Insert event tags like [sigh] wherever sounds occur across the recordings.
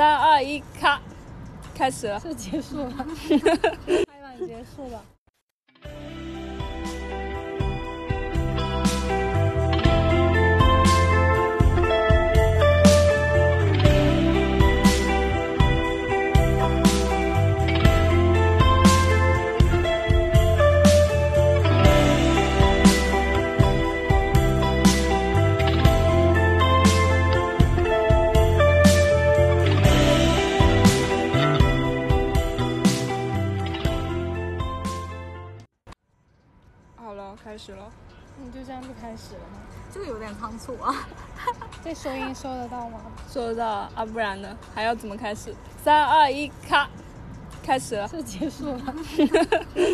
二一，咔，开始了。这结束了，拍板结束了。好了，开始了。你就这样就开始了吗？这个有点仓促啊。 [laughs] 这收音收得到吗？做到了啊，不然呢？还要怎么开始？三二一，咔，开始了。这结束 [laughs] 了，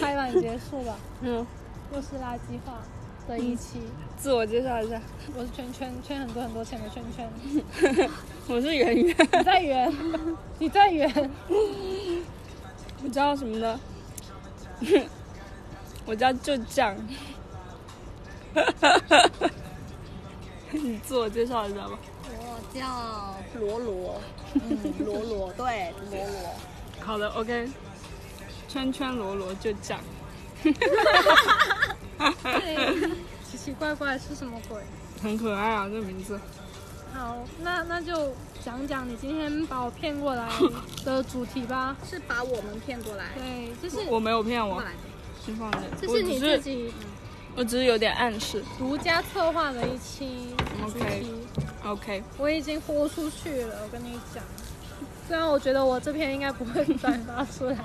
拍板结束了。嗯，又是垃圾话的一期。自我介绍一下，我是圈圈，圈很多很多钱的圈 [laughs] 圈。我是圆圆。 [laughs] 你再 [laughs] 圆，你再圆。我叫什么呢？ [laughs] 我叫就酱。 [laughs] 你自我介绍一下吧。我叫罗罗， [laughs] 嗯，罗罗，对，罗罗。好的，OK。圈圈罗罗就 [laughs] 酱。哎奇奇怪怪是什么鬼？很可爱啊，这个名字。好，那那就讲讲你今天把我骗过来的主题吧。 [laughs] 是把我们骗过来， [laughs] 对，就是我没有骗过我，来，你放心。这我是只你自是己我只是有点暗示。独家策划的一期主 OK 题。 OK，我已经豁出去了，我跟你讲。虽然我觉得我这篇应该不会转发出来，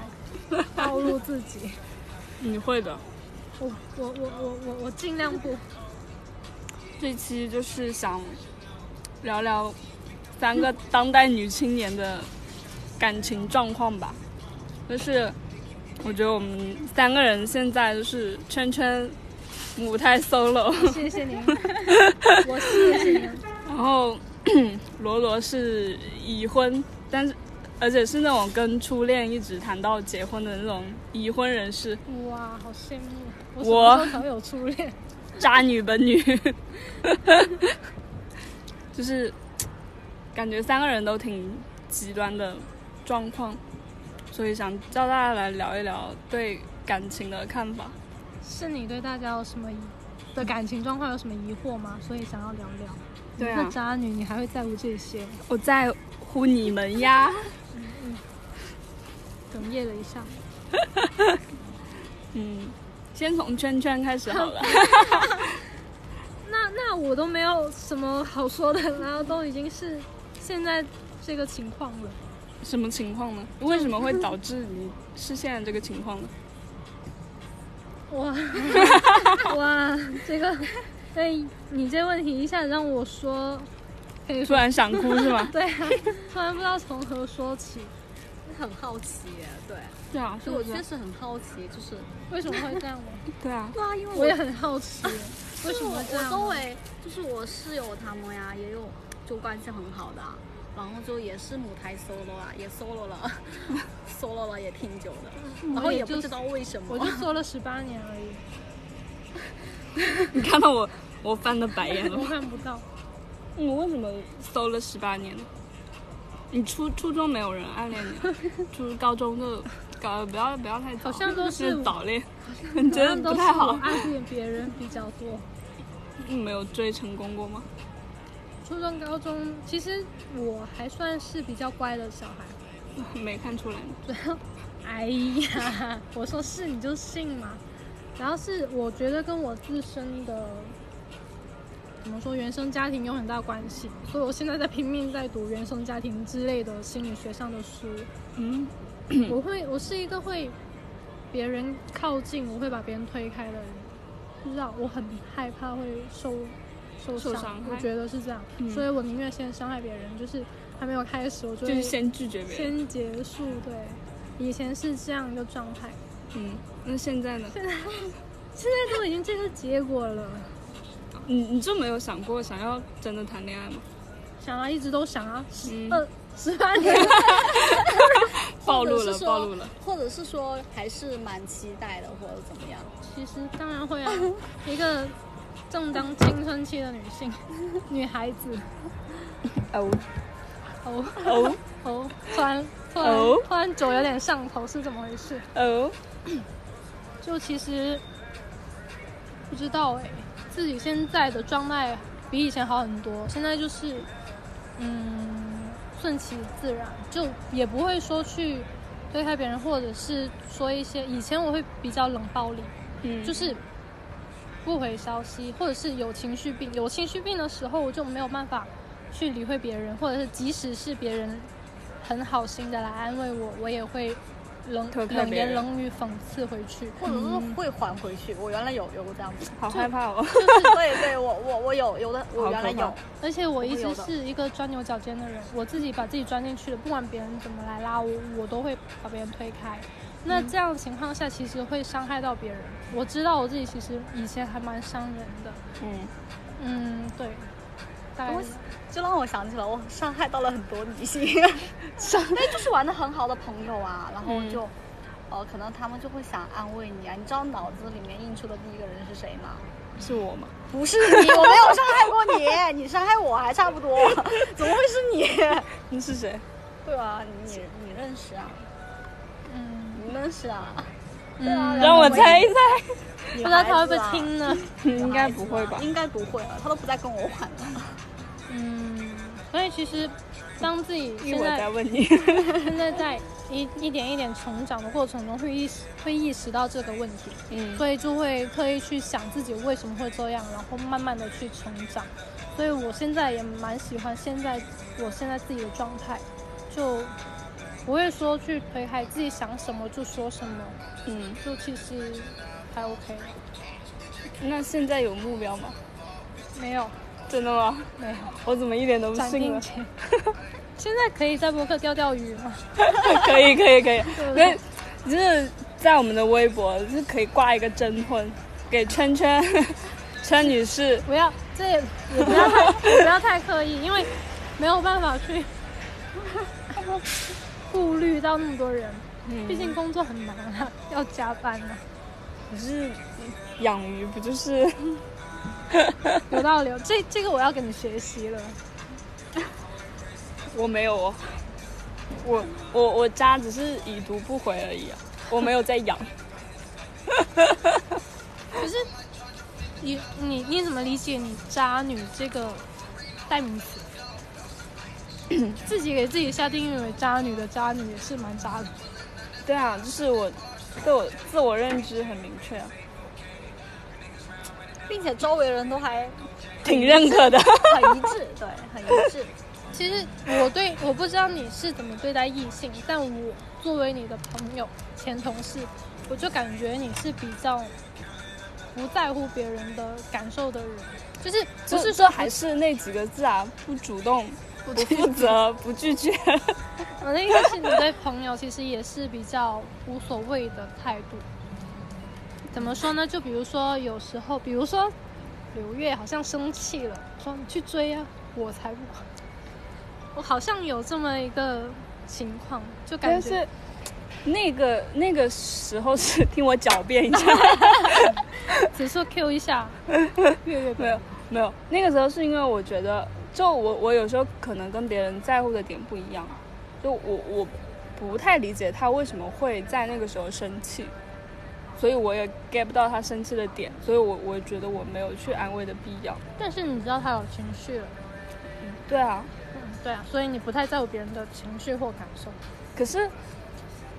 暴露自己。你会的。我我我我我我尽量不。这期就是想聊聊三个当代女青年的感情状况吧。就是我觉得我们三个人现在就是圈圈母胎 solo， [laughs] 谢谢您，我谢谢您。然后 [clears throat] 罗罗是已婚，但是而且是那种跟初恋一直谈到结婚的那种已婚人士，哇，好羡慕！我什我么时候才会有初恋？渣女本女， [laughs] 就是感觉三个人都挺极端的状况，所以想叫大家来聊一聊对感情的看法。是你对大家有什么疑的感情状况有什么疑惑吗？所以想要聊聊。对你啊个，渣女，你还会在乎这些吗？我在乎你们 [laughs] 呀。哽咽了一下。嗯，先从圈圈开始好 [laughs] 了。那那我都没有什么好说的，然后都已经是现在这个情况了。什么情况呢？为什么会导致你是现在这个情况呢？哇 [laughs] 哇，这个，哎，你这问题一下让我说，可以突说？然想哭是吗对啊，突然不知道从何说起，很好奇耶，对， [laughs] 对啊，是就不我是确？实很好奇，就是为什么会这样呢？对啊，对啊，因为我也很好奇，为就是什么我会这我样啊呢？周围就是我室友他们呀，也有就关系很好的啊、然后就也是母胎 solo 啊，也 solo 了 [laughs] ，solo 了也挺久的，然后也也不就知道为什么我。就做了十八年而已，你看到我我翻了白眼了我。看不到。你嗯为什么搜了十八年？你初初中没有人暗恋你，初高中就搞不要不要太早，好像都是是 [laughs] 早恋， [laughs] 你觉得好像都不是太我好？暗恋别人比较多。你没有追成功过吗？初中、高中，其实我还算是比较乖的小孩。没看出来，哎呀，我说是你就信嘛。然后是我觉得跟我自身的怎么说原生家庭有很大关系，所以我现在在拼命在读原生家庭之类的心理学上的 [laughs] 书。嗯，我会，我是一个会别人靠近，我会把别人推开的人，不知道，我很害怕会受受受伤，伤害我觉得是这样，嗯所以我宁愿先伤害别人，就是还没有开始，我就就是会先拒绝别人，先结束。对，以前是这样一个状态，嗯，那现在呢？现在都已经这个结果了，你你就没有想过想要真的谈恋爱吗？想啊，一直都想啊，十嗯二十八 [laughs] 年，暴露 [laughs] 或者了是，说暴露了，或者是说还是蛮期待的，或者怎么样？其实当然会啊，一个 [laughs] 正当青春期的女性，女孩子。哦，哦哦哦，突然突然、哦突然酒有点上头，是怎么回事？哦，就其实不知道哎、自己现在的状态比以前好很多。现在就是，嗯，顺其自然，就也不会说去对待别人，或者是说一些以前我会比较冷暴力，嗯，就是不回消息，或者是有情绪病。有情绪病的时候，我就没有办法去理会别人，或者是即使是别人很好心的来安慰我，我也会冷推开冷别人言冷语讽刺回去。嗯或者是嗯会还回去。我原来有有过这样子，好害怕哦。 [laughs] 就是 [laughs] 对对，我我我有有的，我好原来可怕有，而且我一我直有的是一个钻牛角尖的人，我自己把自己钻进去了，不管别人怎么来拉我，我都会把别人推开。那嗯这样的情况下，其实会伤害到别人。我知道我自己其实以前还蛮伤人的，嗯，嗯，对，大概我是就让我想起了我伤害到了很多女性， [laughs] 伤那就是玩的很好的朋友啊，然后嗯就、呃，可能他们就会想安慰你啊。你知道脑子里面映出的第一个人是谁吗？是我吗？不是你，我没有伤害过你，你伤害我还差不多，怎么会是你？那是谁？对啊，你你你认识啊？嗯你认识啊？对啊嗯，然让后我我也猜一猜。不不知道他会不啊会听呢？ [laughs] 应该不会吧？啊应该不会啊了，他都不再跟我玩了。嗯，所以其实当自己一现会儿再在问你。 [laughs] 现在在一一点一点成长的过程中，会意识会意识到这个问题，嗯，所以就会刻意去想自己为什么会这样，然后慢慢的去成长。所以我现在也蛮喜欢现在我现在自己的状态，就不会说去推开自己想什么就说什么，嗯，就其实还 OK，那现在有目标吗？没有真的吗？没有。我怎么一点都不斩信钉了？截。现在可以在博客钓钓鱼吗？ [laughs] 可以可以可以，对那就是在我们的微博就是可以挂一个征婚，给圈圈 [laughs] 圈女士。不要，这 [laughs] 也也不要太也不要太刻意，因为没有办法去 [laughs] 顾虑到那么多人，嗯毕竟工作很忙啊，要加班啊。 [laughs] 可是养鱼不就是有道理哦，这这个我要跟你学习了。我没有哦，我我我家只是已读不回而已啊，我没有在养。可是你你你怎么理解你“渣女”这个代名词？自己给自己下定义为渣女的渣女也是蛮渣的。 [laughs] 对啊，就是我对我自我认知很明确、啊，并且周围人都还挺认可的。很一致，对，很一致。其实我对我不知道你是怎么对待异性，但我作为你的朋友、前同事，我就感觉你是比较不在乎别人的感受的人，就是不就是是说说还是那几个字啊，不主动、不负责、不拒绝。我的意思是你对朋友其实也是比较无所谓的态度。怎么说呢？就比如说有时候，比如说刘月好像生气了，说你去追啊，我才不管。我好像有这么一个情况，就感但觉是那个那个时候是 [laughs] 听我狡辩 [laughs] 一下，只是 Q 一下，月月没有没有，那个时候是因为我觉得，就我我有时候可能跟别人在乎的点不一样，就我我不太理解他为什么会在那个时候生气，所以我也 get 不到他生气的点，所以我我觉得我没有去安慰的必要。但是你知道他有情绪了，对啊，嗯，对啊，所以你不太在乎别人的情绪或感受。可是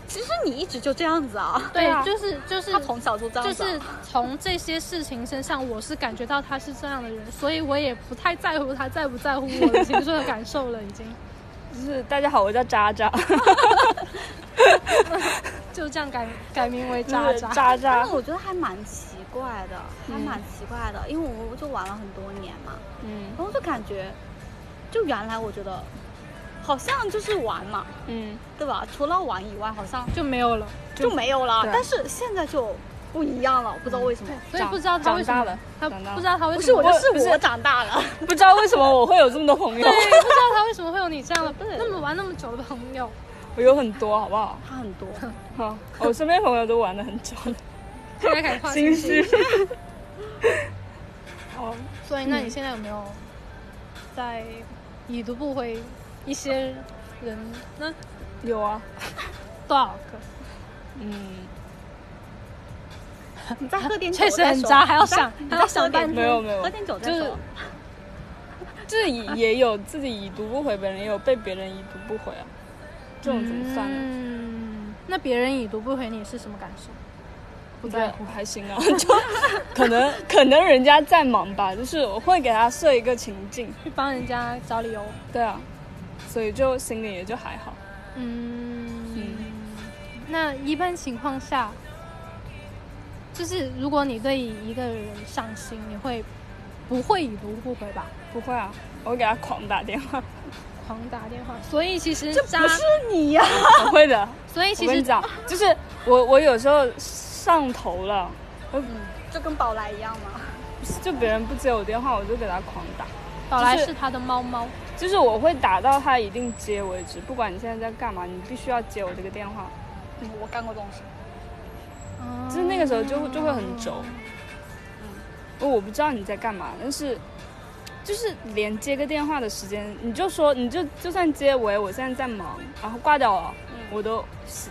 其实你一直就这样子啊，对啊就是就是他从小就这样就子啊、是从这些事情身上，我是感觉到他是这样的人，所以我也不太在乎他在不在乎我的情绪和感受了，已经 [laughs] 就是大家好，我叫渣渣，就这样改改名为就 [laughs] 渣是渣。渣但渣是，我觉得还蛮奇怪的，还蛮奇怪的，因为我就玩了很多年嘛，嗯然后就感觉，就原来我觉得，好像就是玩嘛，嗯，对吧？除了玩以外，好像就没有了，就没有了。对但是现在就不一样了，不知道为什么。所以不知道他为什长大么了，他长大了不知道他为不什是么我，会，就是不是我长大了。不知道为什么我会有这么多朋友，对，不知道他为什么会有你这 [laughs] 样的对那么玩那么久的朋友，我有很多，好不好？他很多，好，我身边朋友都玩了很久了，现在改跨心虚性别。。 [laughs] 哦，所以那你现在有没有在已读不回一些人那有啊，多少个？嗯，你再喝点酒确再说，实很渣还要你再 [laughs] 想你还再要想想半天，半天没有没有喝点酒再就是说。这也也有自己已读不回别人，也有被别人已读不回啊，这种怎么算呢？嗯，那别人已读不回你是什么感受？我觉得还行 [laughs] 啊，就可能可能人家在忙吧，就是我会给他设一个情境，去帮人家找理由。对啊，所以就心里也就还好。嗯嗯，那一般情况下，就是如果你对一个人上心，你会不会已读不回吧？不会啊，我给他狂打电话，狂打电话，所以其实渣不，是你呀、我会的。所以其我跟你实讲，就是我我有时候上头了，我就跟宝来一样嘛，就别人不接我电话，我就给他狂打，宝来就是是他的猫猫，就是我会打到他一定接为止，不管你现在在干嘛，你必须要接我这个电话。嗯我干过这种事。就是那个时候就就会很哦轴。嗯，我不知道你在干嘛，但是就是连接个电话的时间，你就说你就就算接喂，我现在在忙，然后挂掉了，我都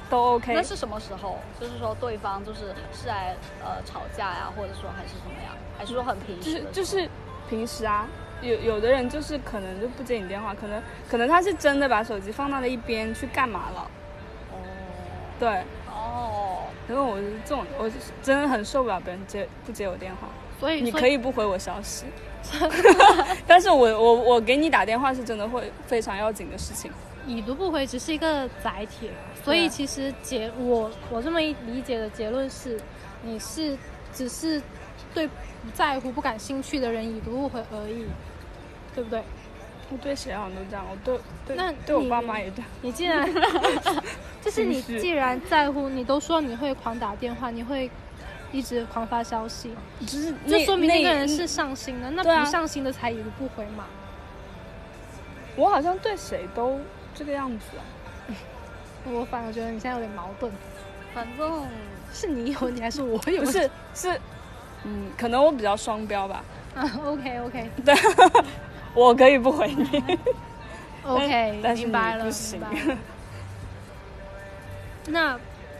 都 OK 那。是什么时候？就是说对方就是是来呃吵架呀、或者说还是怎么样，还是说很平就时是的时候？就是平时啊，有有的人就是可能就不接你电话，可能可能他是真的把手机放到了一边去干嘛了，哦对。哦，因为我是这种，我是真的很受不了别人接不接我电话。所以你所可以不回我消息， [laughs] 但是我我我给你打电话是真的会非常要紧的事情。已读不回只是一个载体了，所啊以其实结我我这么一理解的结论是，你是只是对不在乎、不感兴趣的人已读不回而已，对哦不对？我对谁好像都这样，我对对那对我你爸妈也这样。你既 [laughs] 然就是你真是既然在乎，你都说你会狂打电话，你会一直狂发消息，就是就那说明那个人一是上心的，那对啊不上心的才已读不回嘛。我好像对谁都这个样子啊。我反而觉得你现在有点矛盾，反正是你有你还是我有？不 [laughs] 是是，嗯，可能我比较双标吧。啊，OK OK 我可以不回你， OK， [laughs] 但是明你白了，不明行白了。那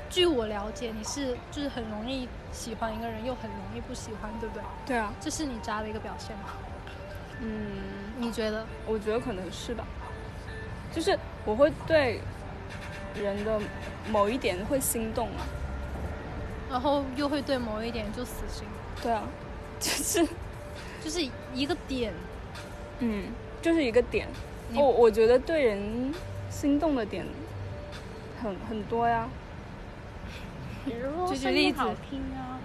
据我了解，你是就是很容易喜欢一个人，又很容易不喜欢，对不对？ [laughs] 对啊，这是你渣的一个表现吗？嗯，你觉得？我觉得可能是吧。就是我会对人的某一点会心动啊。然后又会对某一点就死心，对啊， [laughs] 就是就是一个点，嗯，就是一个点。你我我觉得对人心动的点很很多呀。比如说举举声例音子好听啊，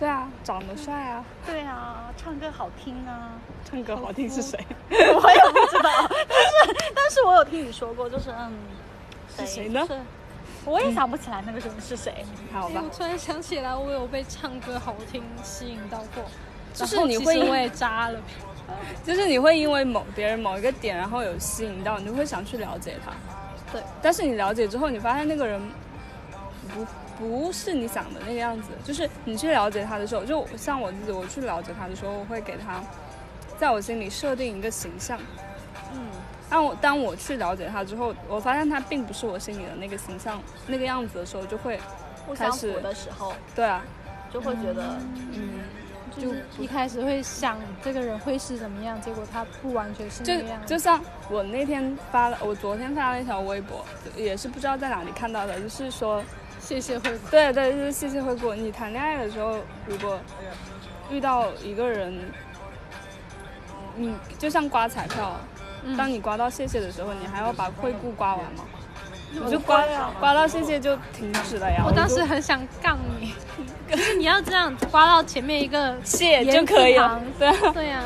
对啊，长得帅啊，对啊，唱歌好听啊。唱歌好听是谁？我也不知道，但是但是我有听你说过，就是嗯，是谁呢？是我也想不起来那个人是谁。嗯好哎吧我，突然想起来，我有被唱歌好听吸引到过，就是然后你其会实因我也渣了，就是你会因为某别人某一个点，然后有吸引到，你就会想去了解他。对，但是你了解之后，你发现那个人不不是你想的那个样子。就是你去了解他的时候，就像我自己，我去了解他的时候，我会给他在我心里设定一个形象。嗯，当我当我去了解他之后，我发现他并不是我心里的那个形象那个样子的时候，就会不开相始符的时候对啊，就会觉得嗯，就就是一开始会想这个人会是怎么样，结果他不完全是那就个样就子。像我那天发了，我昨天发了一条微博，也是不知道在哪里看到的，就是说，谢谢惠顾，对对，就是谢谢惠顾，你谈恋爱的时候，如果遇到一个人，你就像刮彩票，嗯当你刮到谢谢的时候，你还要把惠顾刮完吗？我就我刮刮到谢谢就停止了呀。我当就时很想杠你， [laughs] 就是你要这样刮到前面一个谢就言可以字了旁，对啊。对呀、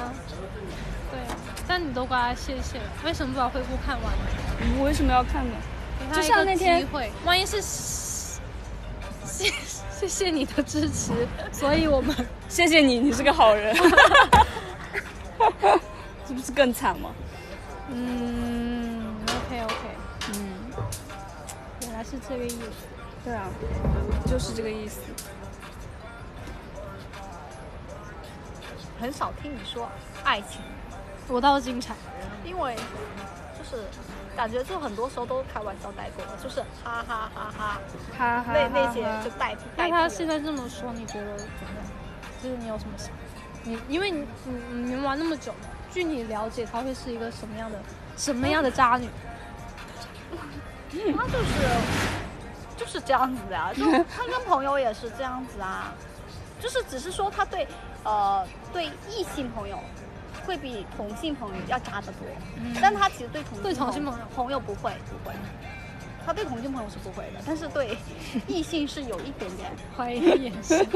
对、啊，但你都刮谢谢，为什么不把惠顾看完呢？我为什么要看呢？给他就一像个那天机会，万一是谢谢 [laughs] 谢你的支持，所以 [laughs] 我们谢谢你，你是个好人，是不是更惨吗？嗯，OK OK，嗯，原来是这个意思。对啊，就是这个意思。很少听你说爱情，我倒是经常，因为就是感觉就很多时候都开玩笑带过，就是哈哈哈哈，哈哈那那哈些哈就带那带过了。他现在这么说，你觉得怎么样？就是你有什么想？你因为你你你们玩那么久了，据你了解，他会是一个什么样的什么样的渣女？他就是就是这样子的 [laughs] 呀、就他跟朋友也是这样子啊，就是只是说他对呃对异性朋友会比同性朋友要渣得多，但他其实对同嗯性对同性朋朋友朋友不会不会，他对同性朋友是不会的，但是对异性是有一点点怀疑眼 [laughs] 神。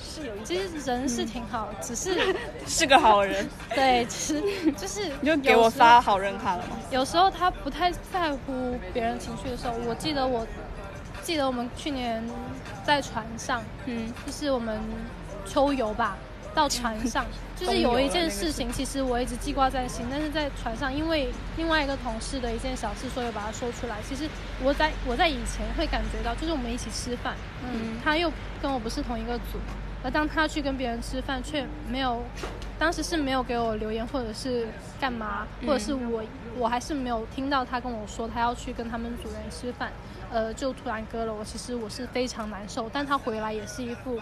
是有一其点。实人是挺好，只是是个好人， [laughs] 对，[laughs] 其实就是你就给有我时发好人卡了吗？有时候他不太在乎别人情绪的时候，我记得我记得我们去年在船上，嗯，就是我们秋游吧，到船 [laughs] 上，就是有一件事情，其实我一直记挂在心，但是在船上，因为另外一个同事的一件小事，所以我把它说出来。其实我在我在以前会感觉到，就是我们一起吃饭，嗯，他又跟我不是同一个组，而当他去跟别人吃饭，却没有，当时是没有给我留言或者是干嘛，或者是我、我还是没有听到他跟我说他要去跟他们组员吃饭，呃，就突然割了我，其实我是非常难受，但他回来也是一副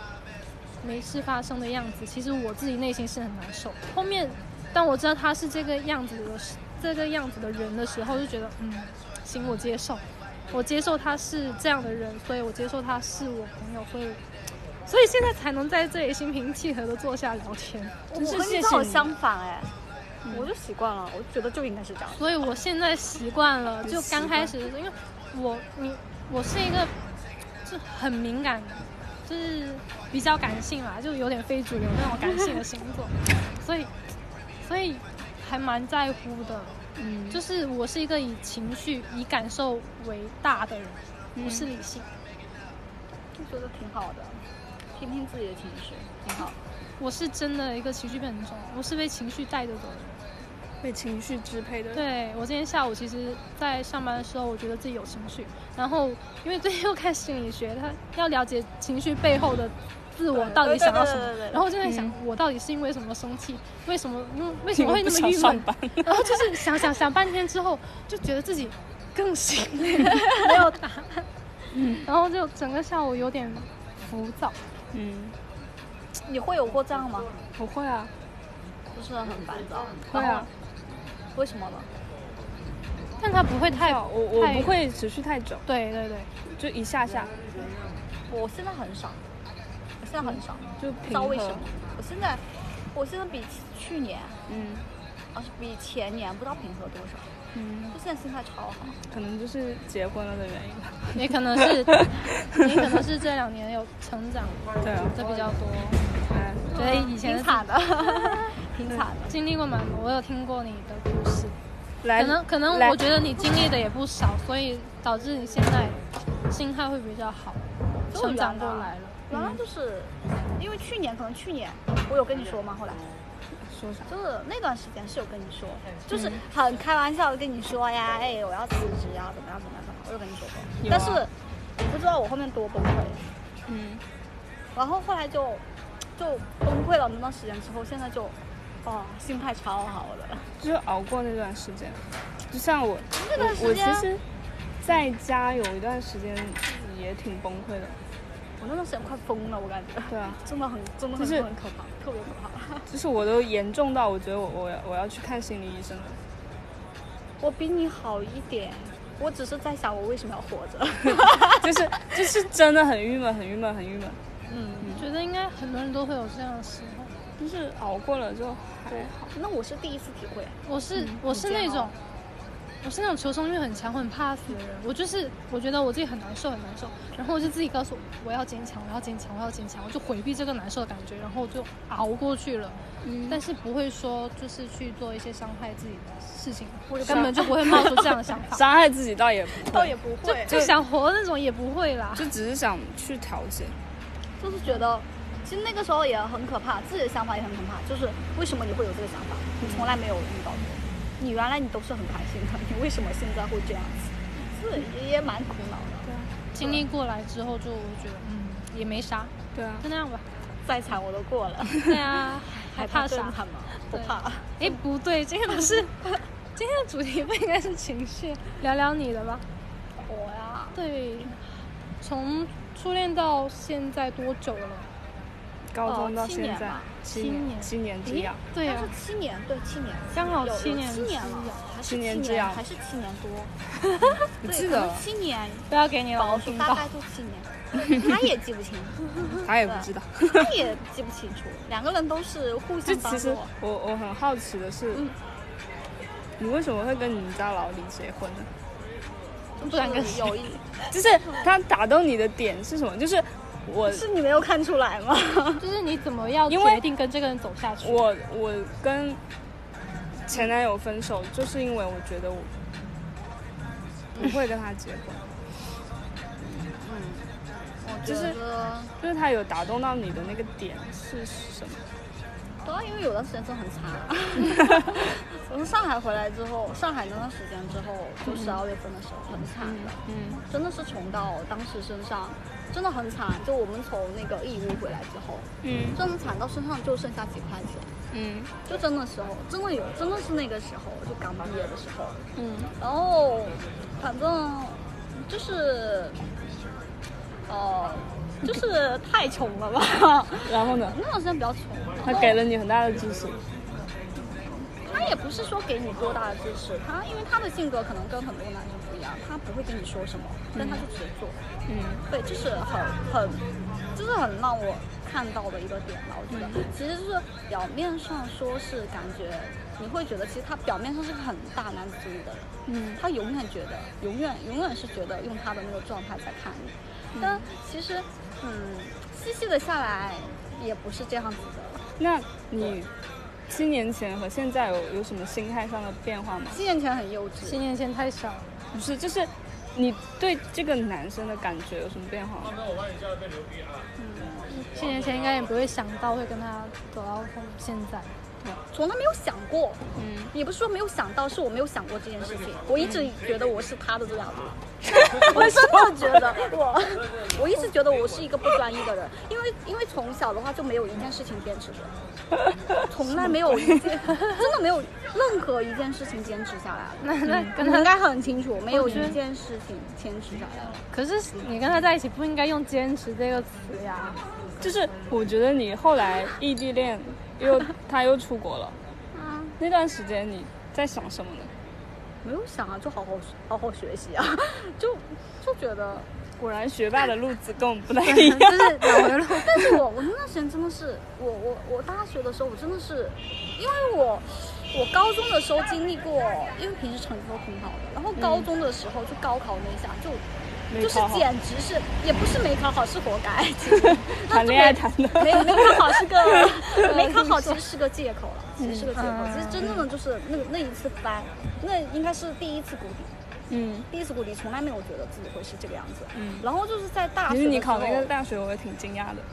没事发生的样子，其实我自己内心是很难受。后面当我知道他是这个样子的时这个样子的人的时候，就觉得嗯，行，我接受，我接受他是这样的人，所以我接受他是我朋友，所以。所以现在才能在这里心平气和的坐下聊天，我真是跟你谢正好谢你相反哎，我就习惯了，我觉得就应该是这样。所以我现在习惯了。就刚开始的时候，因为我你我是一个就很敏感的，就是比较感性啦，就有点非主流那种感性的星座， [laughs] 所以所以还蛮在乎的。嗯，就是我是一个以情绪、以感受为大的人，不是理性。就觉得挺好的，听听自己的情绪，挺好。我是真的一个情绪变很重，我是被情绪带着走的。被情绪支配的，，对我今天下午其实，在上班的时候，我觉得自己有情绪，然后因为最近又看心理学，他要了解情绪背后的自我到底想要什么对对对对对，对然后我就在想嗯，我到底是因为什么生气，为什么，因为为什因么为会不那么想郁上闷，班，然后就是想想想半天之后，就觉得自己更心累，没有答案， [laughs] 然后就整个下午有点浮躁，嗯，你会有过这样吗？我会啊，不是很烦躁，会啊，为什么呢？但他不会太，我我太不，会持续太久，对对对，就一下下我现在很少，我现在很少，就不知平道为什和么，。我现在，我现在比去年，嗯啊，比前年不知道平和多少，嗯，就现在心态超好。可能就是结婚了的原因吧，也可能 [laughs] 是也可能是这两年有成长对啊，的比较多。哎，觉得以前挺的惨的，挺 [laughs] 惨的。经历过蛮多，我有听过你的故事，来，可能可能来我觉得你经历的也不少，所以导致你现在心态会比较好，都成有长长过大来了。原来就是，因为去年可能去年我有跟你说吗？后来说啥？就是那段时间是有跟你说，嗯就是很开玩笑的跟你说呀，哎，我要辞职啊，怎么样怎么样怎么样，我有跟你说过，有啊但是你不知道我后面多崩溃，嗯，然后后来就就崩溃了那段时间之后，现在就哦，心态超好的，就是熬过那段时间，就像我，那段我时我间其实在家有一段时间也挺崩溃的，我那段时间快疯了，我感觉对啊，真的很真的很、就是很可怕，特别可怕。就是我都严重到我觉得我我要我要去看心理医生了。我比你好一点，我只是在想我为什么要活着。 [laughs] 就是就是真的很郁闷，很郁闷，很郁闷。嗯我觉得应该很多人都会有这样的时候。就是熬过了就还好。那我是第一次体会，我是、我是你那煎熬种，我是那种求生欲很强、很怕死的人。我就是我觉得我自己很难受、很难受，然后我就自己告诉我我要坚强，我要坚强，我要坚强，我就回避这个难受的感觉，然后我就熬过去了。但是不会说就是去做一些伤害自己的事情，我就根本就不会冒出这样的想 [laughs] 法，伤害自己倒也不倒会，也不会，就想活那种也不会啦。就只是想去调节。就是觉得，其实那个时候也很可怕，自己的想法也很可怕。就是为什么你会有这个想法？你从来没有遇到过。你原来你都是很开心的，你为什么现在会这样子？是也也蛮苦恼啊的。经历过来之后，就我觉得嗯也没啥，对啊，就那样吧。再惨我都 [laughs] 过了，对啊，还怕更啥？惨吗？不对怕。 [laughs] 哎，不对，这个不是，今天的主题不应该是情绪，聊聊你的吧。我呀，对，从初恋到现在多久了？高中到七年现在吧七哦年年七年啊之诶痒，哎对啊但呀、是七年，对七年，刚好有有七七年之年了痒，还是七七年之痒还是七年多，你对记可能得了，七年，不要给你老保公守听大到。概就七 [laughs] 年，他也记不清，他也不知道。他也记不清楚，两个人都是互就相帮其实助。我我很好奇的是，嗯你为什么会跟你家老李结婚呢？不然跟谁有 [laughs] 一，就是他打动你的点是什么？嗯就是我是你没有看出来吗？就是你怎么要因为决定跟这个人走下去？我我跟前男友分手，就是因为我觉得我不会跟他结婚，我就觉是得。就是他有打动到你的那个点是什么？对啊，因为有段时间真的很惨。 [laughs] 我从上海回来之后，上海那段时间之后，就十二月份的时候，很惨的，嗯真的是穷到当时身上真的很惨。就我们从那个义乌回来之后，嗯真的惨到身上就剩下几块钱，嗯就真的时候，真的有，真的是那个时候，就刚毕业的时候，嗯然后反正就是，呃，就是太穷了吧，然后呢？ [laughs] 那段时间比较穷。他给了你很大的支持，他也不是说给你多大的支持，他因为他的性格可能跟很多男生不一样，他不会跟你说什么，但他就直接做。嗯对，这是很很，这是很让我看到的一个点吧。我觉得，其实就是表面上说是感觉，你会觉得其实他表面上是个很大男子主义的人，嗯他永远觉得，永远永远是觉得用他的那个状态在看你，但其实，嗯，细细的下来也不是这样子的。那你七年前和现在有有什么心态上的变化吗？七年前很幼稚，七年前太小了，不是，就是你对这个男生的感觉有什么变化吗？七年前应该也不会想到会跟他走到现在。从来没有想过，嗯，也不是说没有想到，是我没有想过这件事情。我一直觉得我是他的这样子，我真的觉得我，我一直觉得我是一个不专一的人，因为因为从小的话就没有一件事情坚持过，从来没有一件， [laughs] 真的没有任何一件事情坚持下来了。那那嗯跟你他应该很清楚，没有我一觉得件事情坚持下来了。可是你跟他在一起不应该用“坚持”这个词呀。就是我觉得你后来异地恋又他又出国了，啊，那段时间你在想什么呢？没有想啊，就好好好好学习啊， [laughs] 就就 [laughs] 觉得。果然学霸的路子跟我们 [laughs] 不太一样。就是两回路。 [laughs] 但是我我那段时间真的是，我我我大学的时候，我真的是，因为我我高中的时候经历过，因为平时成绩都挺好的，然后高中的时候就高考那一下就。没就是考好简直是，也不是没考好，是活该。其实谈恋爱谈的 [laughs] 没没考好是 [laughs] 个没考好，其实是个借口了，其实是个借口。其实真正的就是那个那一次翻，那应该是第一次谷底，嗯，第一次谷底，从来没有觉得自己会是这个样子。嗯然后就是在大学其实的时候，你考那个大学，我也挺惊讶的。 [laughs]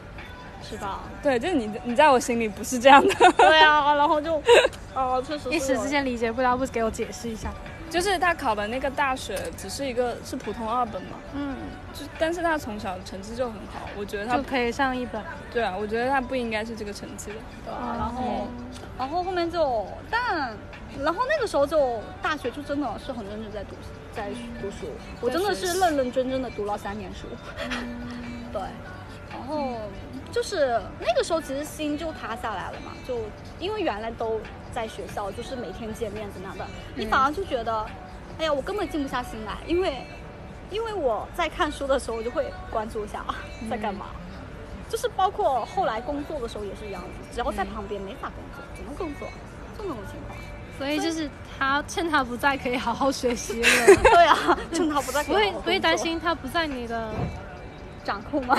是吧？对，就是你你在我心里不是这样的， [laughs] 对啊，然后就， [laughs] 哦、确实是一时有之间理解不了，不给我解释一下？就是他考的那个大学只是一个是普通二本嘛，嗯，就但是他从小成绩就很好，我觉得就他可以上一本。对啊，我觉得他不应该是这个成绩的。的，然后，然后后面就，但，然后那个时候就大学就真的是很认真在读，在读书，我真的是认认真真的读了三年书， [laughs] 对，然后就是那个时候其实心就塌下来了嘛，就因为原来都在学校，就是每天见面怎么样的，你反而就觉得，哎呀，我根本静不下心来，因为。因为我在看书的时候，我就会关注一下啊在干嘛，就是包括后来工作的时候也是一样子，只要在旁边没法工作，怎么工作？就那种情况。 [laughs] 所以就是他趁他不在，可以好好 [laughs] 学习了。对啊，趁他不在，不会不会担心他不在你的掌控吗？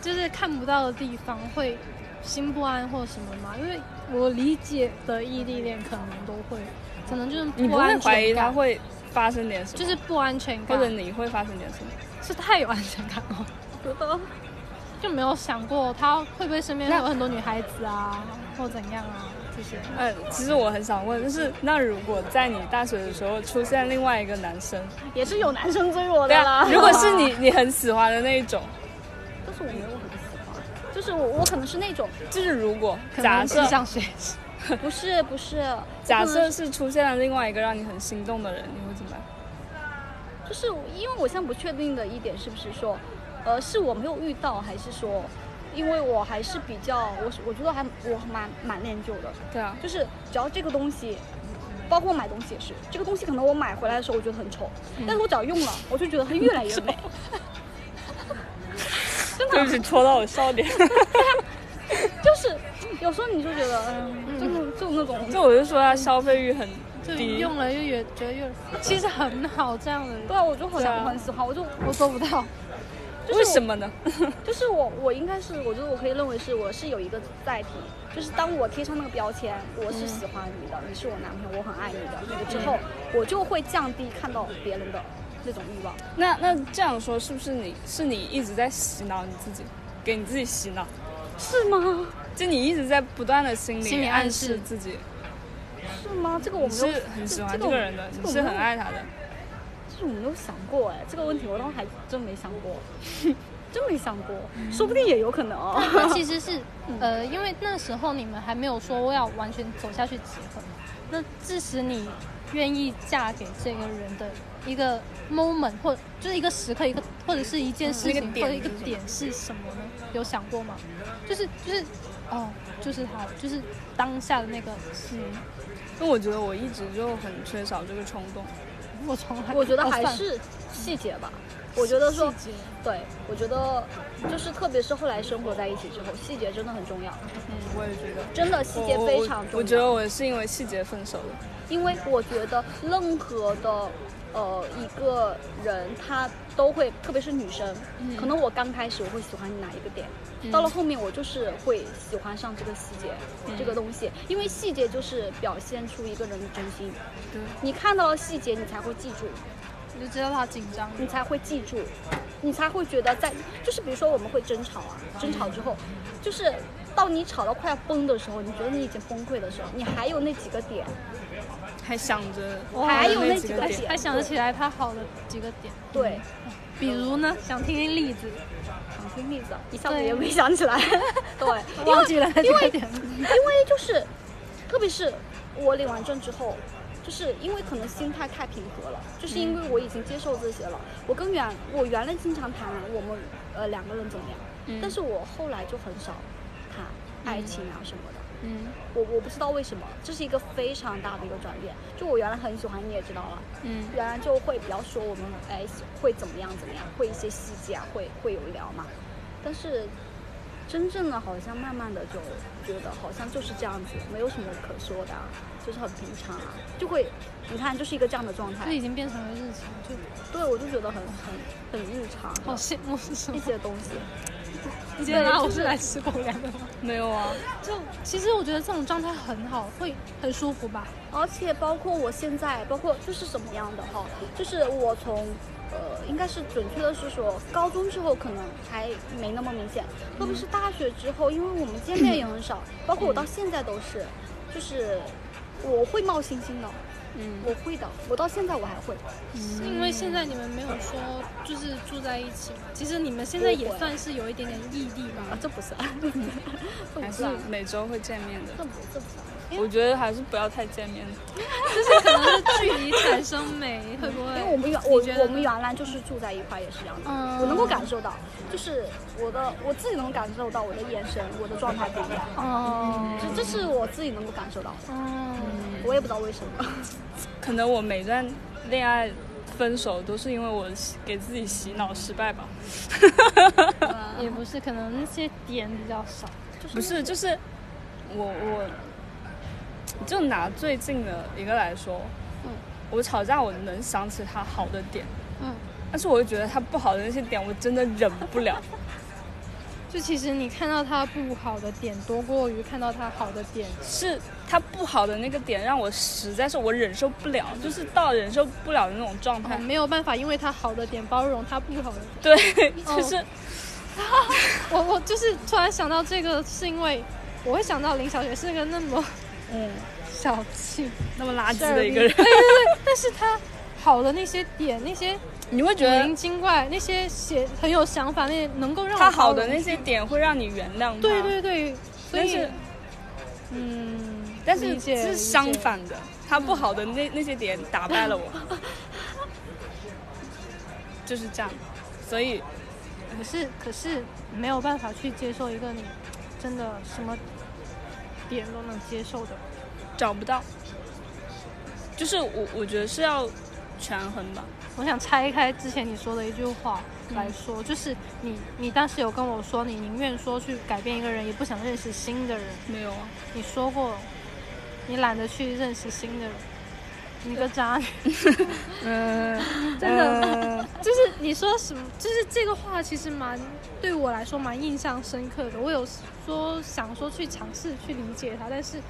就是看不到的地方会心不安或什么嘛？因为我理解的异地恋可能都会，可能就是你不不会安怀疑全他感，会发生点什么，就是不安全或感，者你会发生点什么？是太有安全感了， [laughs] 觉得就没有想过他会不会身边有很多女孩子啊，或怎样啊这些。呃，其实我很想问，就是那如果在你大学的时候出现另外一个男生，也是有男生追我对的啊啦。，如果是你，你很喜欢的那一种，但是我没有很喜欢。就是我，我可能是那种，就是如果可假能设是想学习，不是不是，假设是出现了另外一个让你很心动的人，你会怎么办？就是我因为我现在不确定的一点是不是说，呃，是我没有遇到，还是说，因为我还是比较，我是我觉得还我蛮蛮恋旧的，对啊，就是只要这个东西，包括买东西也是，这个东西可能我买回来的时候我觉得很丑，但是我只要用了，我就觉得它越来越美。对不起，戳到我笑点。就是有时候你就觉得，嗯，就那就那种， [laughs] 就我就说他消费欲很就低，用了又越觉得越，其实很好这样的人对，啊，我就很是啊很喜欢，我就我做不到。就是为我什么呢？就是我，我应该是，我觉得我可以认为是我是有一个载体，就是当我贴上那个标签，我是喜欢你的，你是我男朋友，我很爱你的那个之后，我就会降低看到别人的那种欲望。那那这样说是不是你是你一直在洗脑你自己，给你自己洗脑？是吗？就你一直在不断的心心里理暗暗示示自己，是吗？这个我你没是有，很喜欢这这个人的，这你个是我很没有，爱他的。这个我没有想过哎，这个问题我当时还真没想过， [laughs] 真没想过，说不定也有可能哦。那其实是嗯呃，因为那时候你们还没有说要完全走下去结婚，那致使你愿意嫁给这个人的一个 moment 或就是一个时刻，一个或者是一件事那个嗯情、点或者一个是什么点是什么呢？有想过吗？就是就是哦，就是他，就是当下的那个是，因为我觉得我一直就很缺少这个冲动，我从来 [laughs] 我觉得哦还算了是细节吧。我觉得说细，节对，我觉得就是特别是后来生活在一起之后，细节真的很重要。嗯，我也觉得。真的细节我非常我我重我觉要，得我是因为细节分手的，因为我觉得任何的呃一个人，他都会，特别是女生，可能我刚开始我会喜欢哪一个点，到了后面我就是会喜欢上这个细节、这个东西，因为细节就是表现出一个人的真心。对，你看到了细节，你才会记住，我就知道他紧张了。你才会记住，你才会觉得在，就是比如说我们会争吵啊，争吵之后，就是到你吵到快要崩的时候，你觉得你已经崩溃的时候，你还有那几个点，还想着哇哦还有那几几个个点点，还想得起来他好的几个点，对，比如呢，想听听例子，想听例子，啊一下子也没 [laughs] 想起来，对，忘记了他几因个为点。因为就是，特别是我领完证之后，就是因为可能心态太平和了，就是因为我已经接受这些了。我跟原我原来经常谈我们呃两个人怎么样，嗯嗯但是我后来就很少谈爱情啊什么的。嗯我我不知道为什么，这是一个非常大的一个转变。就我原来很喜欢，你也知道了，嗯原来就会比较说我们哎会怎么样怎么样，会一些细节啊，会会有聊嘛。但是真正的好像慢慢的就觉得好像就是这样子，没有什么可说的、啊，就是很平常啊，就会你看就是一个这样的状态就。已经变成了日常，就对，我就觉得很很很日常好羡慕是什一么？些东西。你 [laughs] 今天拿我是来吃狗粮的吗？没有啊，就其实我觉得这种状态很好，会很舒服吧？而且包括我现在，包括就是什么样的哈，就是我从呃，应该是准确的是说，高中之后可能还没那么明显，特别是大学之后，因为我们见面也很少，包括我到现在都是，就是我会冒星星的，嗯，我会的，我到现在我还会，是因为现在你们没有说就是住在一起嘛？其实你们现在也算是有一点点异地嘛。 [laughs] 啊，这不算，这还是不算，每周会见面的。这不这不算。我觉得还是不要太见面了。就是可能是距离产生美，会不会？因为我们原你觉我得我们原来就是住在一块，也是这样子，嗯我能够感受到，就是我的我自己能感受到我的眼神，我的状态不一样，哦，这这是我自己能够感受到的，嗯，我也不知道为什么。可能我每段恋爱分手都是因为我给自己洗脑失败吧。也不是，可能那些点比较少。不是，就是我我，就拿最近的一个来说，嗯我吵架我能想起他好的点，嗯，但是我又觉得他不好的那些点我真的忍不了。 [laughs] 就其实你看到他不好的点多过于看到他好的点，是他不好的那个点让我实在是我忍受不了，就是到忍受不了的那种状态哦，。没有办法，因为他好的点包容他不好的点。对，哦就是、我我就是突然想到这个，是因为我会想到林小雪是个那么 [laughs] 嗯，小气，那么垃圾的一个 [laughs] 人对对，对，但是她好的那些点，那些你会觉古得灵精怪，那些写很有想法，那些能够让我他好的包容那些点会让你原谅他。对对对，所但以是嗯，但是理解嗯是理相解反的，他不好的那那些点打败了我， [laughs] 就是这样。所以可是可是没有办法去接受一个你真的什么点都能接受的。找不到，就是我我觉得是要权衡吧。我想拆开之前你说的一句话嗯来说，就是你你当时有跟我说，你宁愿说去改变一个人，也不想认识新的人。没有啊，你说过，你懒得去认识新的人，你个渣女。呃嗯、真的， [laughs] 就是你说什么，就是这个话其实蛮对我来说蛮印象深刻的。我有说想说去尝试去理解他，但是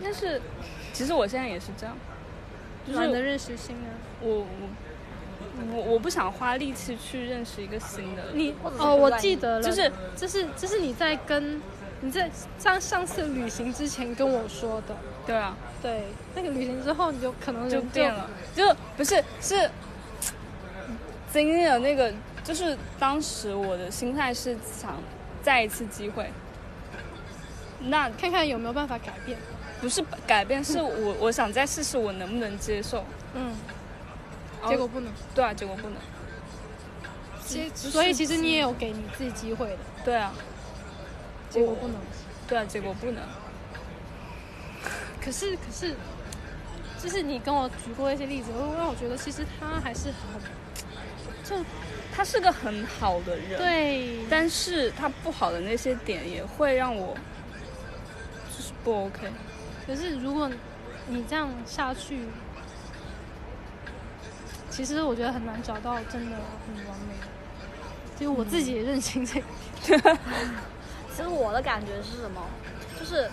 但是其实我现在也是这样，就懒得是认识新人。我我我我不想花力气去认识一个新的人，你或者是哦，不我愿意记得了，就是这是这是你在跟你在上上次旅行之前跟我说的。对啊，对，那个旅行之后你就可能人就变了，就不是是经历了那个，就是当时我的心态是想再一次机会，那看看有没有办法改变。不是改变，是我我想再试试我能不能接受，嗯，然后结果不能。对啊，结果不能，其就是嗯所以其实你也有给你自己机会的，对啊，结果不能。对啊，结果不能，可是可是，就是你跟我举过一些例子，会让我觉得其实他还是很就他是个很好的人，，对，但是他不好的那些点也会让我就是不 OK，可是如果你这样下去，其实我觉得很难找到真的很完美的。就我自己也认清这个，其实我的感觉是什么？就是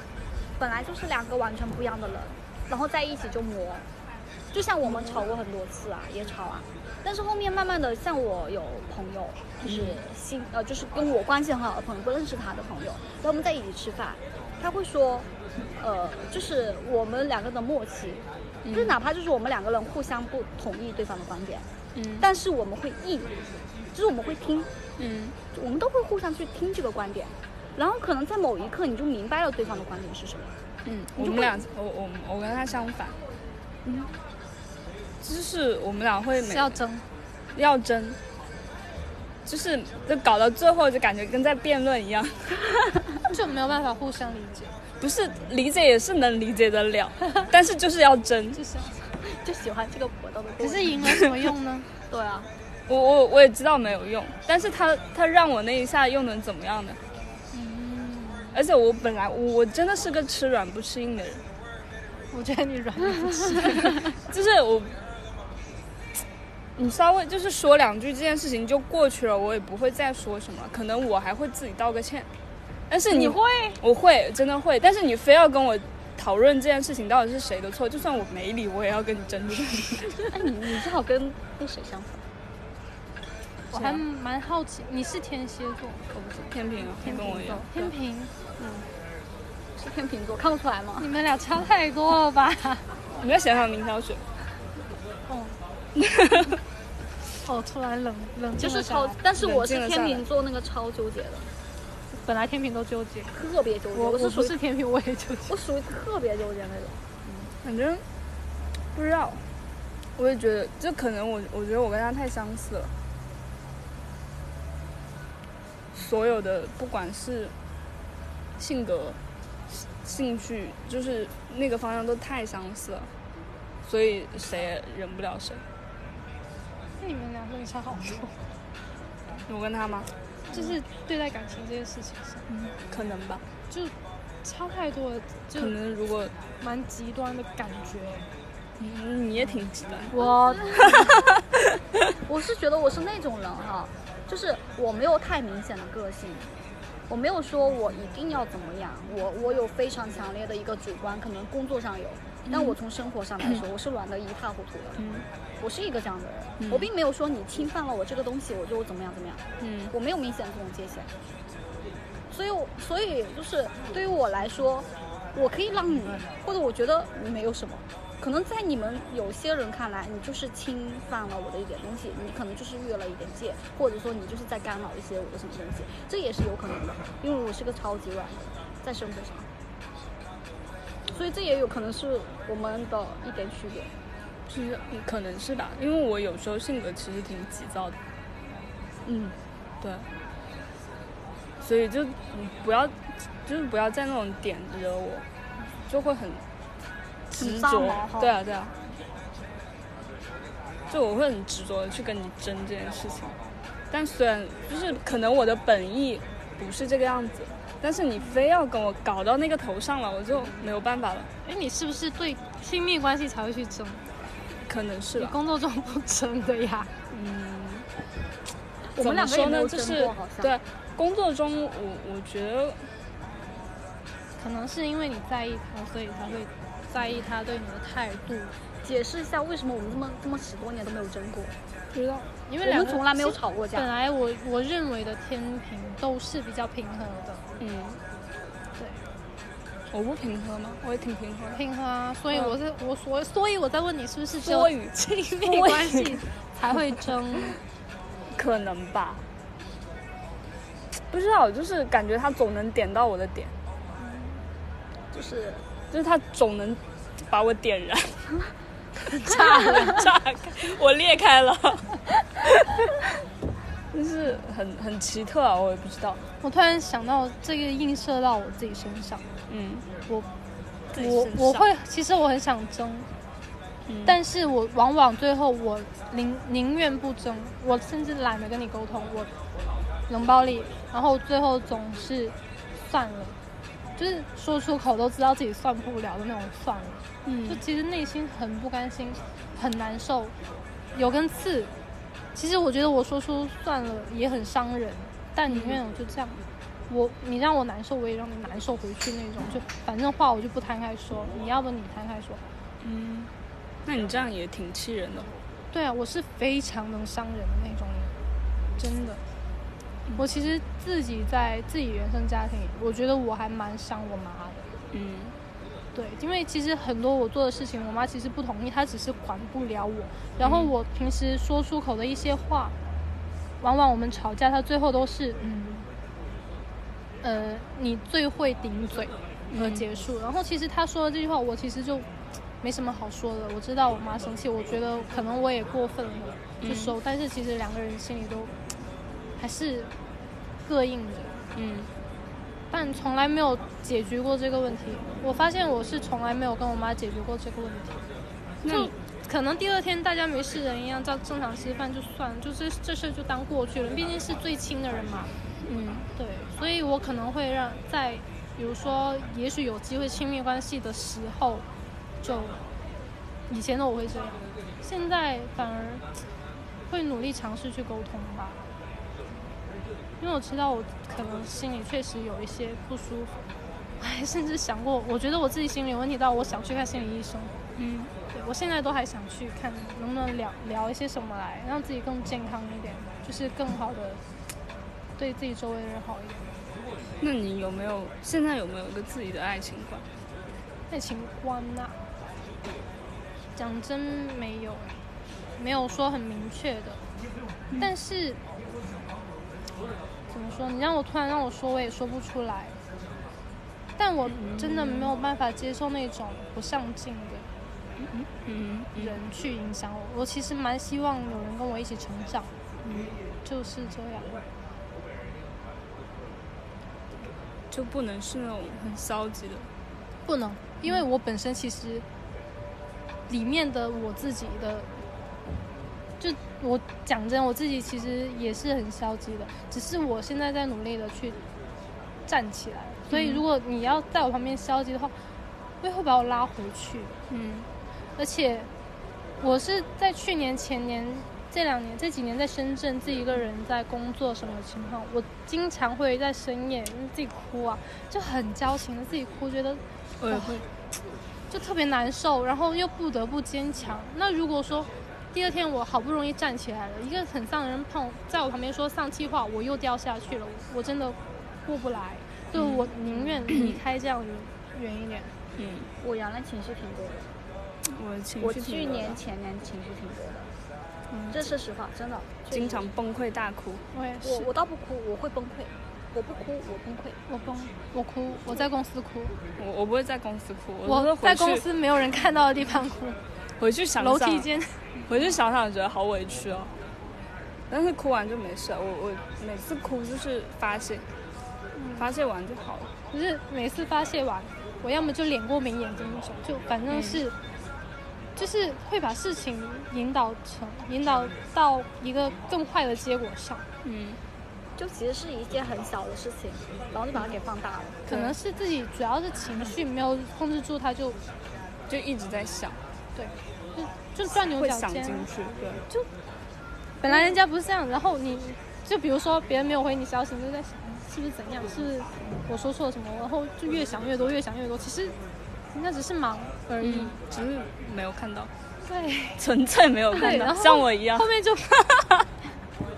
本来就是两个完全不一样的人，然后在一起就磨。就像我们吵过很多次啊，也吵啊，但是后面慢慢的，像我有朋友，就是新呃，就是跟我关系很好的朋友，不认识他的朋友，然后我们在一起吃饭，他会说，呃，就是我们两个的默契，就是哪怕就是我们两个人互相不同意对方的观点，嗯但是我们会意，就是我们会听，嗯我们都会互相去听这个观点，然后可能在某一刻你就明白了对方的观点是什么。嗯，你我就们会俩我我我跟他相反，就是我们俩会每是要争，要争，就是就搞到最后就感觉跟在辩论一样，就没有办法互相理解，不是理解也是能理解得了，但是就是要争。就是。就喜欢这个搏斗的可过程。是赢了什么用 [laughs] 呢？对啊，我我我也知道没有用，但是他他让我那一下又能怎么样呢？而且我本来我我真的是个吃软不吃硬的人， [laughs] 我觉得你软不吃，就是我，你稍微就是说两句，这件事情就过去了，我也不会再说什么，可能我还会自己道个歉。但是你会，我会真的会，但是你非要跟我讨论这件事情到底是谁的错，就算我没理，我也要跟你争论。哎，你你正好跟那谁相反， [laughs] 我啊还蛮好奇，你是天蝎座，我不是天平啊，天跟我一秤样座，，天平，是天秤座，看不出来吗？你们俩差太多了吧？你要想想明天雪， [laughs] 哦，哦，突然冷冷就静是了下超来。，但是我冷静是了下天来秤座那个超纠结的，本来天平都纠结，特别纠结。我是我属不于是天平，我也纠结。我属于特别纠结那种。反正不知道，我也觉得，就可能我我觉得我跟他太相似了，所有的不管是性格、兴趣，就是那个方向都太相似了，所以谁也忍不了谁。那你们俩真的差好多，我跟他吗？就是对待感情这件事情上，可能吧，就差太多了，就可能如果蛮极端的感觉。嗯你也挺极端，我 [laughs] 我是觉得我是那种人哈，就是我没有太明显的个性，我没有说我一定要怎么样，我我有非常强烈的一个主观，可能工作上有，但我从生活上来说，我是软的一塌糊涂的，嗯我是一个这样的人，我并没有说你侵犯了我这个东西，我就怎么样怎么样，嗯我没有明显这种界限，所以我所以就是对于我来说，我可以让你，或者我觉得没有什么，可能在你们有些人看来，你就是侵犯了我的一点东西，你可能就是越了一点界，或者说你就是在干扰一些我的什么东西，这也是有可能的，因为我是个超级软的，在生活上，所以这也有可能是我们的一点区别。其实嗯可能是吧，因为我有时候性格其实挺急躁的，嗯，对，所以就嗯不要，就是不要在那种点惹我，就会很执很着脏毛哈，对啊对啊，就我会很执着的去跟你争这件事情，但虽然就是可能我的本意不是这个样子，但是你非要跟我搞到那个头上了，我就没有办法了，哎，你是不是对亲密关系才会去争？可能是你吧，工作中不争的呀？我怎么们两个也说没呢？有就争是过，好像。对工作中我，我觉得可能是因为你在意他，所以才会在意他对你的态度。解释一下为什么我们这么这么十多年都没有争过，不知道，因为我两们个从来没有其实吵过本架。来我我认为的天平都是比较平和的，嗯，对，我不平和吗？我也挺平和的。平和啊，所以我是、我所所以我在问你是不是只有多余，亲密关系才会 [laughs] 争？ [laughs] 可能吧，不知道，就是感觉他总能点到我的点，就是就是他总能把我点 [laughs] 燃，炸了，炸开，我裂开了， [laughs] 就是很很奇特啊，我也不知道，我突然想到这个映射到我自己身上，嗯，我自己我身我上，会其实我很想争，嗯但是我往往最后我宁宁愿不争，我甚至懒得跟你沟通，我冷暴力，然后最后总是算了，就是说出口都知道自己算不了的那种算了，嗯就其实内心很不甘心，很难受，有根刺。其实我觉得我说出算了也很伤人，但宁愿我就这样，我你让我难受，我也让你难受回去那种，就反正话我就不摊开说，你要不你摊开说，嗯，那你这样也挺气人的，对啊，我是非常能伤人的那种人，真的。我其实自己在自己原生家庭，我觉得我还蛮伤我妈的。嗯对，因为其实很多我做的事情，我妈其实不同意，她只是管不了我。然后我平时说出口的一些话，往往我们吵架，她最后都是嗯，呃，你最会顶嘴而结束。然后其实她说的这句话，我其实就没什么好说的。我知道我妈生气，我觉得可能我也过分了，就收。但是其实两个人心里都还是膈应着。嗯但从来没有解决过这个问题。我发现我是从来没有跟我妈解决过这个问题，就可能第二天大家没事人一样，照正常吃饭就算了，就这这事就当过去了，毕竟是最亲的人嘛。嗯对，所以我可能会让在，比如说，也许有机会亲密关系的时候，就以前的我会这样，现在反而会努力尝试去沟通吧，因为我知道我可能心里确实有一些不舒服，我还甚至想过，我觉得我自己心里有问题到我想去看心理医生，嗯对我现在都还想去看能不能聊聊一些什么来让自己更健康一点，就是更好的对自己周围的人好一点。那你有没有现在有没有一个自己的爱情观？爱情观呐、讲真没有，没有说很明确的，但是怎么说？你让我突然让我说，我也说不出来。但我真的没有办法接受那种不上进的嗯嗯人去影响我。我其实蛮希望有人跟我一起成长，就是这样。就不能是那种很消极的，不能，因为我本身其实里面的我自己的，就我讲真，我自己其实也是很消极的，只是我现在在努力的去站起来。所以如果你要在我旁边消极的话，会会把我拉回去。嗯而且我是在去年、前年这两年、这几年在深圳自己一个人在工作什么情况，我经常会在深夜因为自己哭啊，就很矫情的自己哭，觉得我也会，就特别难受，然后又不得不坚强。那如果说第二天我好不容易站起来了，一个很丧的人碰在我旁边说丧气话，我又掉下去了，我真的过不来。对，我宁愿离开这样远远一点。嗯，我原来情绪挺多的，我的情我绪去挺多的年前年情绪挺多的，这是实话，真的。经常崩溃大哭，我也我是，我倒不哭，我会崩溃，我不哭，我崩溃。我崩，我哭，我在公司哭，我我不会在公司哭，我都我是在回公去司没有人看到的地方 [laughs] 哭，回去想楼想梯，间。回去想想觉得好委屈哦。但是哭完就没事了，啊我我每次哭就是发泄，发泄完就好了。可是每次发泄完，我要么就脸过敏，眼睛不肿，就反正嗯是，就是会把事情引导成引导到一个更坏的结果上，嗯，就其实是一件很小的事情，然后就把它给放大了。嗯可能是自己主要是情绪没有控制住，它就就一直在想，就就钻牛会角想进尖。去。对，本来人家不是这样，然后你就比如说别人没有回你消息，你就在想是不是怎样，是不是我说错了什么，然后就越想越多，越想越多。其实那只是忙而已。嗯，只是没有看到，对。纯粹没有看对，到然，后像我一样后。面 [laughs] 就，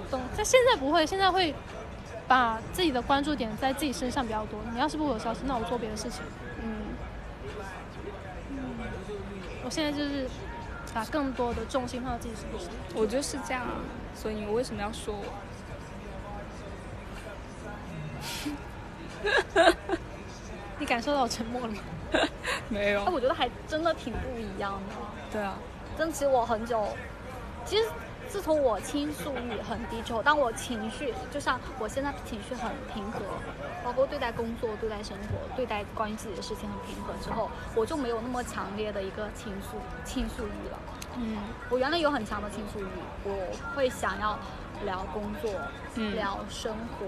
懂。但现在不会，现在会把自己的关注点在自己身上比较多。你要是不回我消息，那我做别的事情。嗯，我现在就是把更多的重心放到自己身上。我就是这样啊，所以你为什么要说我？你感受到我沉默了吗？没哎，有，我觉得还真的挺不一样的。对啊，真其实我很久，其实自从我倾诉欲很低之后，当我情绪就像我现在情绪很平和，包括对待工作、对待生活、对待关于自己的事情很平和之后，我就没有那么强烈的一个倾诉倾诉欲了。嗯我原来有很强的倾诉欲，我会想要聊工作、嗯聊生活、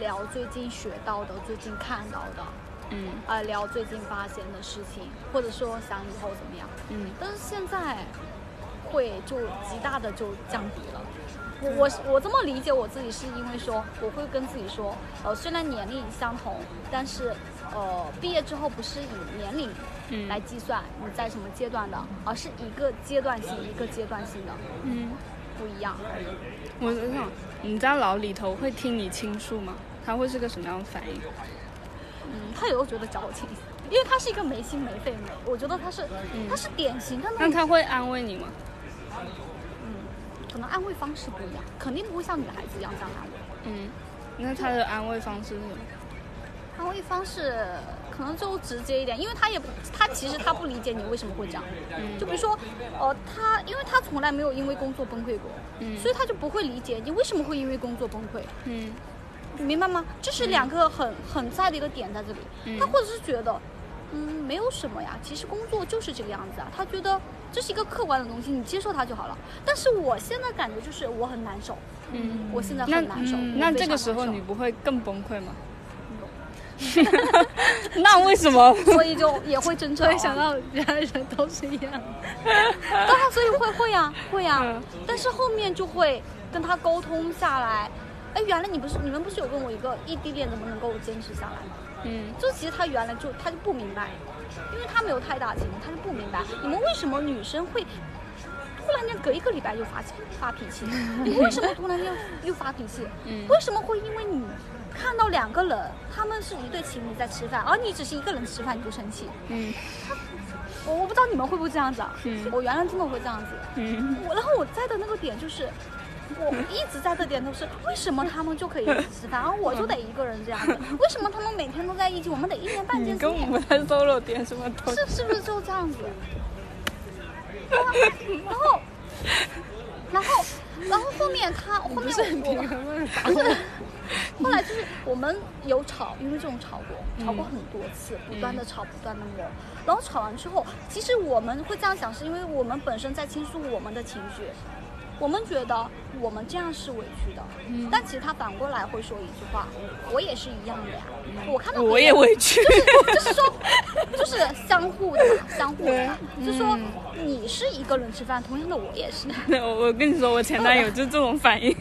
聊最近学到的、最近看到的，嗯呃，聊最近发现的事情，或者说想以后怎么样。嗯，但是现在会就极大的就降低了。我我是我这么理解我自己，是因为说我会跟自己说，呃，虽然年龄相同，但是呃，毕业之后不是以年龄嗯来计算你在什么阶段的，而是一个阶段性一个阶段性的嗯，不一样。我我想，你家老李头会听你倾诉吗？他会是个什么样的反应？嗯，他也有觉得矫情，因为他是一个没心没肺没，我觉得他是、他是典型的那那种，嗯他会安慰你吗？可能安慰方式不一样，肯定不会像女孩子一样这样安慰。嗯，那他的安慰方式是什么？安慰方式可能就直接一点，因为他也不，他其实他不理解你为什么会这样。嗯就比如说，呃，他因为他从来没有因为工作崩溃过，嗯所以他就不会理解你为什么会因为工作崩溃，嗯你明白吗？这是两个很、很在的一个点在这里。嗯他或者是觉得，嗯，没有什么呀，其实工作就是这个样子啊。他觉得这是一个客观的东西，你接受它就好了。但是我现在感觉就是我很难受，嗯，我现在那很难受。嗯我那非这个常时候难受你不会更崩溃吗？ [laughs] 那为什么？所以就也会 [laughs] 争吵、所啊。以想到原来人都是一样。 [laughs] 当啊然，所以会会呀、会呀、嗯但是后面就会跟他沟通下来。哎，原来你不是你们不是有问我一个异地恋怎么能够坚持下来吗？嗯就其实他原来就他就不明白，因为他没有太大经历，他就不明白你们为什么女生会突然间隔一个礼拜就发发 [laughs] 脾气，你为什么突然间又发脾气？嗯为什么会因为你看到两个人他们是一对情侣在吃饭，而你只是一个人吃饭你就生气？嗯我我不知道你们会不会这样子啊？嗯我原来真的会这样子。嗯我然后我在的那个点就是，我一直在的点都是为什么他们就可以一起吃饭，而我就得一个人这样子？为什么他们每天都在一起，我们得一年半你见嗯跟三我面？们在 solo 点什么东西？是是不是就这样子？然后，然后，然后后面他后面我我后来就是我们有吵，因为这种吵过，吵过很多次，不断嗯的吵，不断的磨。然后吵完之后，其实我们会这样想，是因为我们本身在倾诉我们的情绪，我们觉得我们这样是委屈的，嗯但其实他反过来会说一句话：“我也是一样的呀，我看到别嗯我也人委屈。就是说，就是相互的嘛，相互的嘛，就说嗯你是一个人吃饭，同样的我也是， [laughs] [laughs] 我我跟你说，我前男友就这种反应，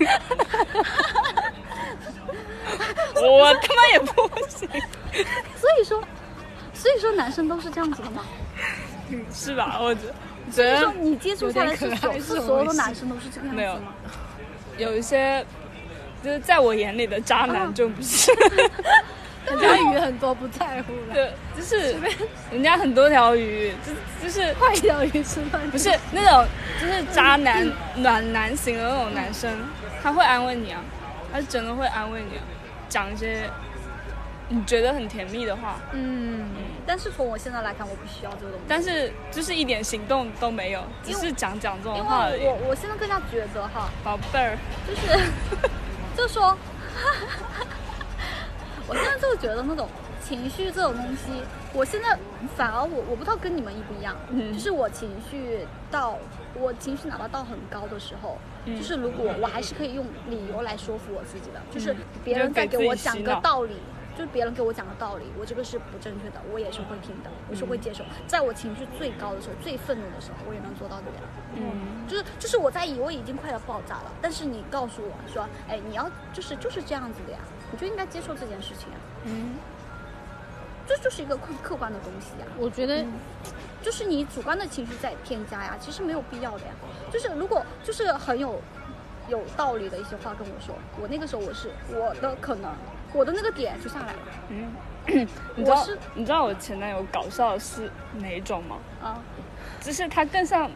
我他妈也不行，所以说，所以说男生都是这样子的嘛。是吧？我觉觉就得说你接触下来嗯有是点可所爱是是所有我的也男生都是这个样没有子吗？有一些，就是在我眼里的渣男就不是，人家鱼很多不在乎了，对，就是人家很多条鱼，就就是 [laughs] 快条鱼吃饭不是那种就是渣男暖男型的那种男生，他会安慰你啊，他是真的会安慰你啊。讲一些你觉得很甜蜜的话，嗯，但是从我现在来看，我不需要这个东西。但是就是一点行动都没有，只因为是讲讲这种因话而已为。我我现在更加觉得哈，宝贝儿，就是就说， [laughs] 我现在就觉得那种情绪这种东西，我现在反而我我不知道跟你们一不一样，嗯就是我情绪到我情绪哪怕到很高的时候，嗯就是如果我还是可以用理由来说服我自己的，就是嗯别人就再给给自己我洗讲个脑道理。就是别人给我讲个道理，我这个是不正确的，我也是会听的，我嗯是会接受。在我情绪最高的时候、最愤怒的时候，我也能做到这样。嗯，就是就是我在以为已经快要爆炸了，但是你告诉我说，哎，你要就是就是这样子的呀，你就应该接受这件事情啊，嗯，这就是一个客客观的东西呀，我觉得就是你主观的情绪在添加呀，其实没有必要的呀。就是如果就是很有有道理的一些话跟我说，我那个时候我是我的可能我的那个点就下来了嗯你知道我是你知道我前男友搞笑的是哪一种吗？啊，就是他更像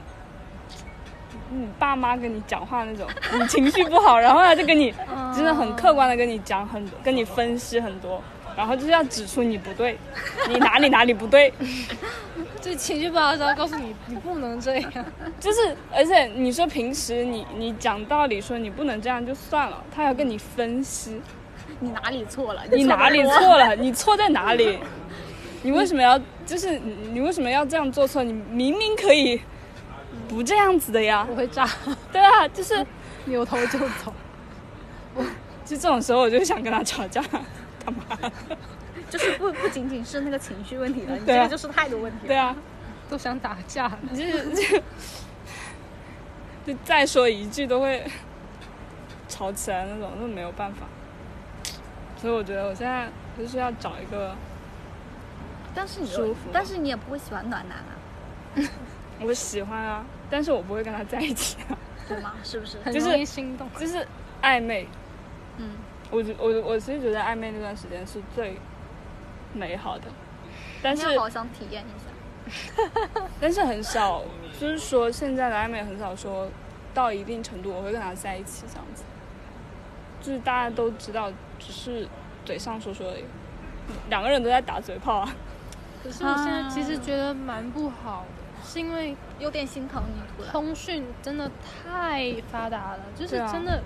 你爸妈跟你讲话那种，你情绪不好，然后他就 [laughs] 跟你啊真的很客观的跟你讲很多，跟你分析很多，然后就是要指出你不 [laughs] 对，你哪里哪里不对，这情绪不好的时候告诉你，你不能这样。就是而且你说平时你你讲道理说你不能这样就算了，他要跟你分析你哪里错了？ [laughs] 你错得哪里多错了，你错在哪里， [laughs] 你为什么要就是你你为什么要这样做错？你明明可以不这样子的呀 [laughs] 我，会炸，对啊，就是。扭头就走。就这种时候，我就想跟他吵架，干嘛？就是不不仅仅是那个情绪问题了，你这对啊个就是态度问题了。对啊，都想打架了。你就是就就再说一句都会吵起来那种，那没有办法。所以我觉得我现在就是要找一个，但是你舒服但是你也不会喜欢暖男啊，我喜欢啊，但是我不会跟他在一起啊， [laughs] 对吗？是不是？很就是容易心动。就是暧昧。嗯，我觉我我其实觉得暧昧那段时间是最美好的，但今是天好想体验一下。但是很少，就是说现在的暧昧很少说到一定程度我会跟他在一起这样子，就是大家都知道，只是嘴上说说而已，两个人都在打嘴炮啊。可是我现在其实觉得蛮不好的，是因为有点心疼你突然。通讯真的太发达了，就是对啊真的、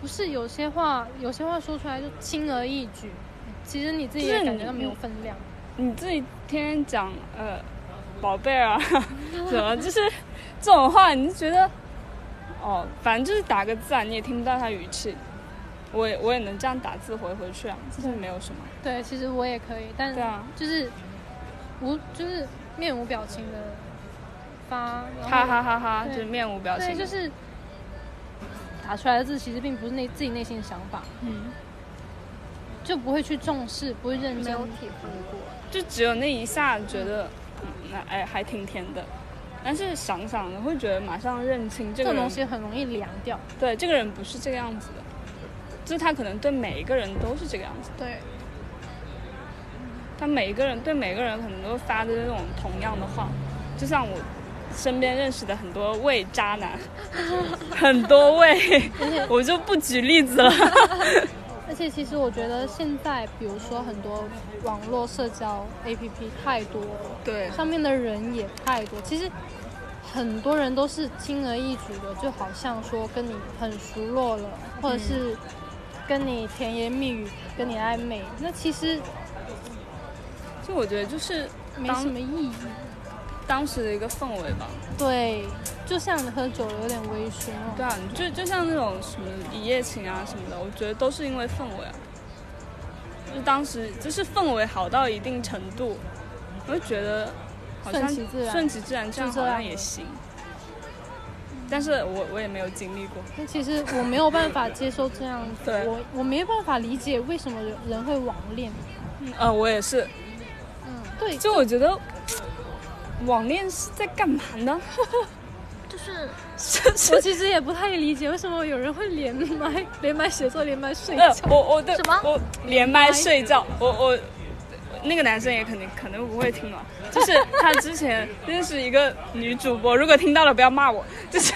不是有些话，有些话说出来就轻而易举，其实你自己就是也你感觉到没有分量。你自己天天讲呃宝贝 [laughs] 儿啊，什么就是这种话，你就觉得哦，反正就是打个字啊，你也听不到他语气，我也我也能这样打字回回去啊，就是没有什么。对，其实我也可以，但对啊就是无就是面无表情的发，然后哈哈哈哈，就对是面无表情对，的，就是打出来的字其实并不是内自己内心的想法，嗯，就不会去重视，不会认没真有。体会过，就只有那一下觉得，嗯，那哎还挺甜的，但是想想你会觉得马上认清这这个种人东，西很容易凉掉。对这个人不是这个样子的，就是他可能对每一个人都是这个样子，对，他每一个人对每个人可能都发的那种同样的话，就像我身边认识的很多位渣男， [laughs] 很多位，我就不举例子了，而且其实我觉得现在，比如说很多网络社交 APP 太多了，对上面的人也太多，其实很多人都是轻而易举的，就好像说跟你很熟络了，或者是嗯跟你甜言蜜语，跟你暧昧，那其实就我觉得就是没当什么意义。当时的一个氛围吧，对，就像你喝酒了有点微醺哦。对啊，就就像那种什么一夜情啊什么的，我觉得都是因为氛围啊。就当时就是氛围好到一定程度，我就觉得好像顺其自然顺其自然这样就这好样像也行。但是我我也没有经历过，那其实我没有办法接受这样子，对我我没办法理解为什么人人会网恋。呃，我也是，嗯，对，就我觉得网恋是在干嘛呢？ [laughs] 就是 [laughs] 我其实也不太理解为什么有人会连麦、连麦写作、连麦睡呃觉。，我我对什么我连麦睡觉，我我那个男生也肯定可能不会听了，就是他之前认识一个女主播，如果听到了不要骂我，就是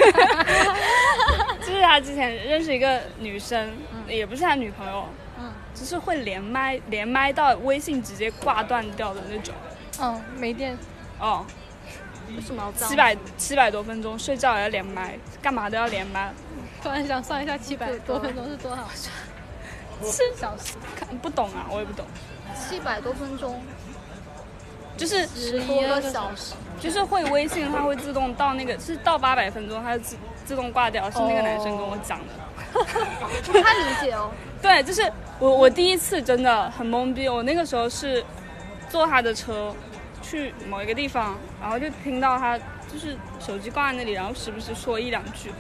就是他之前认识一个女生，嗯也不是他女朋友，嗯，就是会连麦，连麦到微信直接挂断掉的那种。嗯，没电，哦，为什么要这样？七百七百多分钟，睡觉也要连麦，干嘛都要连麦，突然想算一下七百对多分钟是多少是小时？看不懂啊，我也不懂，七百多分 [laughs] 钟，就是十多啊个小时，就是会微信，它会自动到那个是到八百分钟，它就自自动挂掉，是那个男生跟我讲的。不太理解哦。对，就是我我第一次真的很懵逼，我那个时候是坐他的车去某一个地方，然后就听到他就是手机挂在那里，然后时不时说一两句，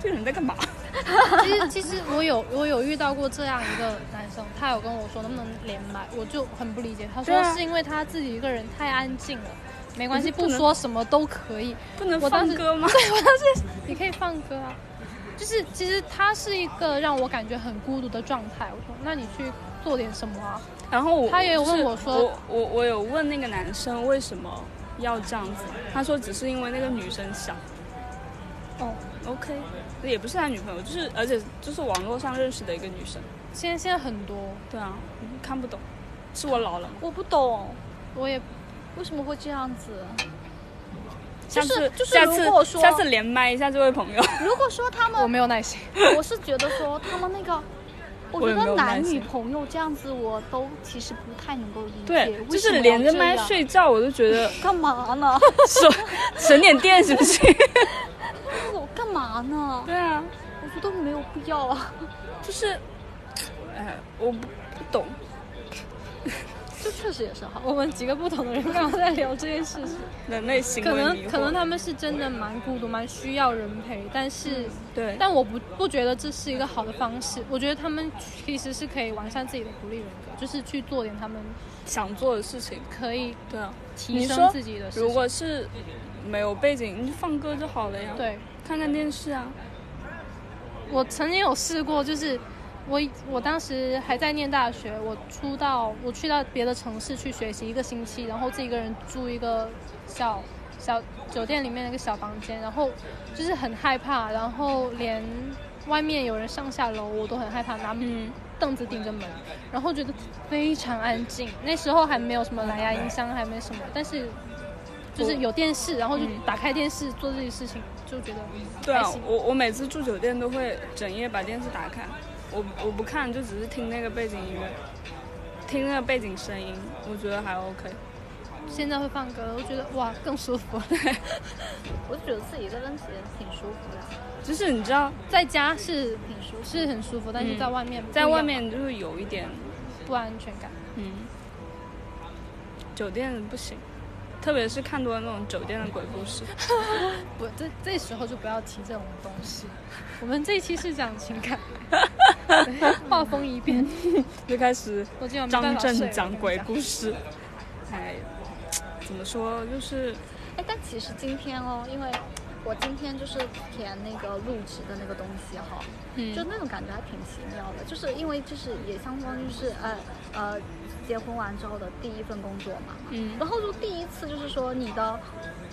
这个人在干嘛？ [laughs] 其实其实我有我有遇到过这样一个男生，他有跟我说能不能连麦，我就很不理解。他对说啊是因为他自己一个人太安静了，没关系，不是不不能说什么都可以。 [laughs] 不能我当放时歌吗？对我当时你可以放歌啊，就是其实他是一个让我感觉很孤独的状态。我说那你去做点什么啊？然后我他也有问我就是说我我我有问那个男生为什么要这样子，他说只是因为那个女生小。哦， OK，也不是他女朋友，就是而且就是网络上认识的一个女生。现在现在很多，对啊，嗯看不懂，是我老了吗？我不懂我也为什么会这样子。下就次是就是下如次果说下次连麦一下这位朋友。如果说他我们，没有耐心。我是觉得说他们那个。我我也觉没得有男耐心女朋友这样子，我都其实不太能够理解。对，就为什是么要连着这麦样睡觉，我都觉 [laughs] 得干嘛 [laughs] 呢？省省点电是不 [laughs] 是？我干嘛呢？对啊，我觉得没有必要啊。就是，哎，我不不懂，这确实也是哈。我们几个不同的人刚刚在聊这件 [laughs] 事情，人类行可为能迷惑。可能他们是真的蛮孤独，蛮需要人陪，但是。对，但我不不觉得这是一个好的方式，我觉得他们其实是可以完善自己的独立人格，就是去做点他们想做的事情，可以对啊。提你升说自己的事情。如果是没有背景，你就放歌就好了呀。，对，看看电视啊。我曾经有试过，就是我我当时还在念大学，我出到我去到别的城市去学习一个星期，然后自己一个人住一个小小酒店里面的一个小房间，然后就是很害怕，然后连外面有人上下楼我都很害怕，拿嗯，凳子顶着门，然后觉得非常安静。那时候还没有什么蓝牙音箱，还没什么，但是就是有电视，然后就打开电视做这些事情，就觉得嗯对啊还行，我我每次住酒店都会整夜把电视打开，我我不看，就只是听那个背景音乐，听那个背景声音，我觉得还 OK。现在会放歌，我觉得哇更舒服。 [laughs] 我就觉得自己一个人其实挺舒服的，就是你知道，在家是挺舒服。是很舒服，但是嗯在外面、在外面就是有一点，不安全感。嗯，酒店不行，特别是看多了那种酒店的鬼故事。不，这这时候就不要提这种东 [laughs] 西。我们这一期是讲情感，对画风一变，就开始我今晚没办嗯张法睡震了讲鬼。我跟故你事，哎，怎么说就是哎，但其实今天哦，因为我今天就是填那个入职的那个东西哈、嗯就那种感觉还挺奇妙的，就是因为就是也相当于是呃呃结婚完之后的第一份工作嘛，嗯然后就第一次就是说你的。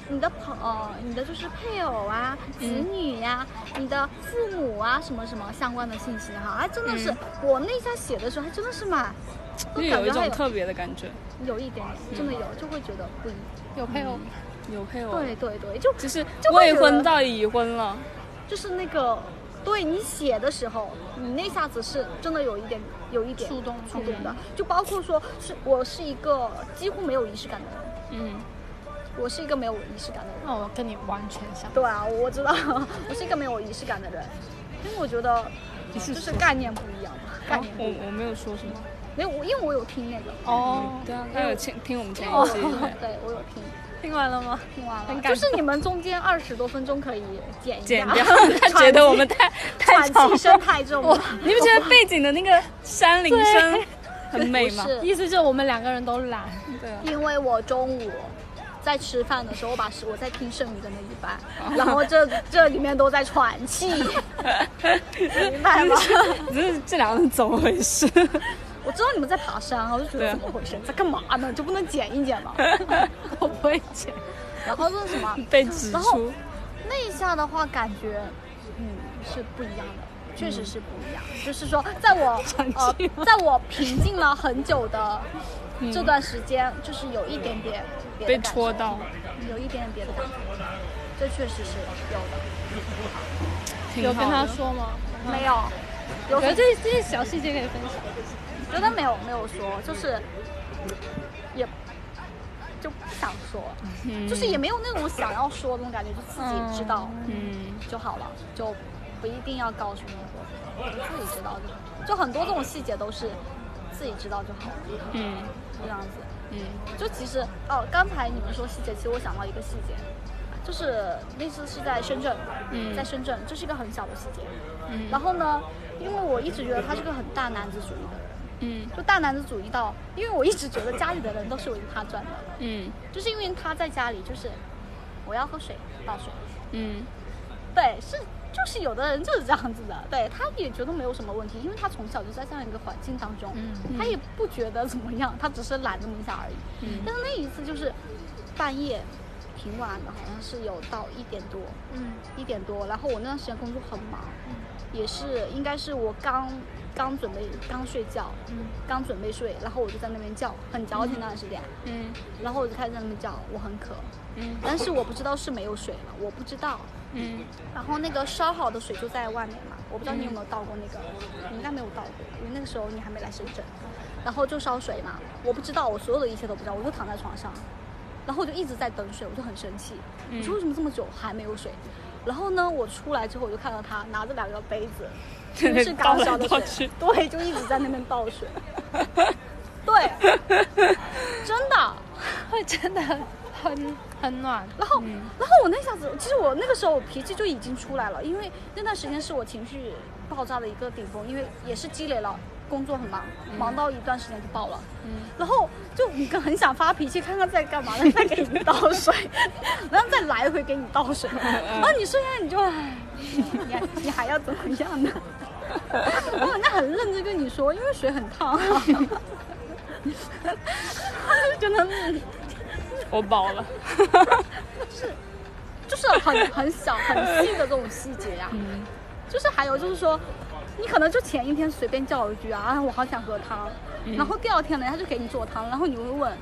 你的朋呃，你的就是配偶啊、子嗯女呀、你的父母啊，什么什么相关的信息哈，还真的是、嗯我那一下写的时候，还真的是蛮，就就有感一觉还种有特别嗯的感觉，有一点点，真的有，就会觉得不一。讲有配偶，有配偶，对，对对，就就是就会未觉得婚到已婚了，就是那个，对你写的时候，你那下子是真的有一点，有一点触动触动嗯的。就包括说是我是一个几乎没有仪式感的人，嗯，我是一个没有仪式感的人。那我跟你完全相对啊，我知道， [laughs] 我是一个没有仪式感的人，因为我觉得你是就是概念不一样嘛，概念不一样哦我我没有说什么，没有，我因为我有听那个，哦，对嗯啊，他有听听我们前我一期， [laughs] 对我有听，听完了吗？听完很了，感就是你们中间二十多分钟可以剪一剪下 [laughs] 掉， [laughs] 他觉得我们太太吵喘气了，声太重了， [laughs] 你不觉得背景的那个山林声很美不吗？是。意思就是我们两个人都懒，对啊，因为我中午在吃饭的时候，我把食我在听剩余的那一半，然后这啊 [laughs] 这里面都在喘 [laughs] 气，明白吗？只是这两个人怎么回 [laughs] 事？我知道你们在爬山啊，我就觉对得怎么回事，在干嘛呢？就不能剪一 [laughs] 剪吗？我不会剪。然后那什么，被指然后出，那一下的话，感觉嗯是不一样的，确实是不一样。嗯就是说，在我呃，在我平静了很久的这段时间，就是有一点点别嗯的被感戳受到，有一点点别的感觉，这确实是有的。挺有好跟他的。说吗？没有，我有觉得很这这些小细节可以分享。觉得没有没有说，就是也就不想说，嗯就是也没有那种想要说的那种感觉，就自己知道嗯，就好了，就不一定要告诉你或者自己知道就好。就很多这种细节都是自己知道就好了，嗯这样子。嗯就其实哦，刚才你们说细节，其实我想到一个细节，就是那次是在深圳，嗯在深圳，这是一个很小的细节。嗯然后呢，因为我一直觉得他是个很大男子主义的人，嗯就大男子主义到，因为我一直觉得家里的人都是围着他转的，嗯就是因为他在家里就是我要喝水倒水，嗯对，是就是有的人就是这样子的，对，他也觉得没有什么问题，因为他从小就在这样一个环境当中，他也不觉得怎么样，他只是懒这么一下而已。嗯但是那一次就是半夜挺晚的，好像是有到一点多，嗯，一点多，然后我那段时间工作很忙，嗯也是应该是我刚刚准备刚睡觉，嗯，刚准备睡，然后我就在那边叫，很矫情那段时间，嗯然后我就开始在那边叫，我很渴，嗯但是我不知道是没有水了，我不知道，嗯然后那个烧好的水就在外面嘛，我不知道你有没有倒过那个，嗯你应该没有倒过，因为那个时候你还没来深圳。然后就烧水嘛，我不知道，我所有的一切都不知道，我就躺在床上，然后我就一直在等水，我就很生气，嗯我说为什么这么久还没有水？然后呢，我出来之后我就看到他拿着两个杯子， [laughs] 在那就是刚烧的倒来倒水去，对，就一直在那边倒 [laughs] 水，对，真的。会真的很很暖。然后，然后我那下子，其实我那个时候我脾气就已经出来了，因为那段时间是我情绪爆炸的一个顶峰，因为也是积累了工作很忙，忙到一段时间就爆了。嗯然后就你跟很想发脾气，看看在干嘛，然后再给你倒水，然后再来回给你倒水，然后你瞬间你就，唉你还你还要怎么样呢？我好像很认真跟你说，因为水很烫、啊， [laughs] 就觉得嗯我饱 [laughs] 了。就是很 [laughs] 很小很细的这种细节呀、就是还有就是说，你可能就前一天随便叫一句啊，啊我好想喝汤，然后第二天人家就给你做汤，然后你会问，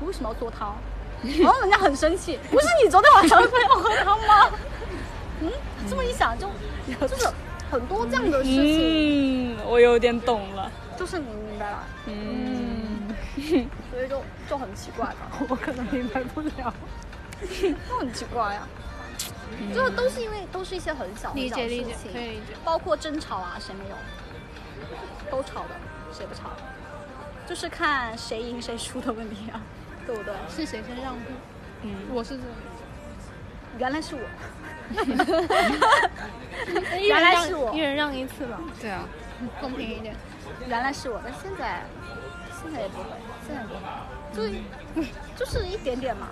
你为什么要做汤？然后人家很生气，不是你昨天晚上非要喝汤吗？ [laughs] 嗯，这么一想就就是很多这样的事情，嗯，我有点懂了。就是你明白了，嗯，所以就就很奇怪吧，我可能明白不 [laughs] 了，就很奇怪呀、就是都是因为都是一些很小很理小的解事理情，解，可以理解。包括争吵啊，谁没有？都吵的，谁不吵？就是看谁赢谁输的问题啊，对不对？是谁先让步？嗯，我是这样，原来是我， [laughs] 一原人来让是我一人让一次吧，对啊，嗯公平一点。原来是我，但现在现在也不会，现在也不会，就就是一点点嘛，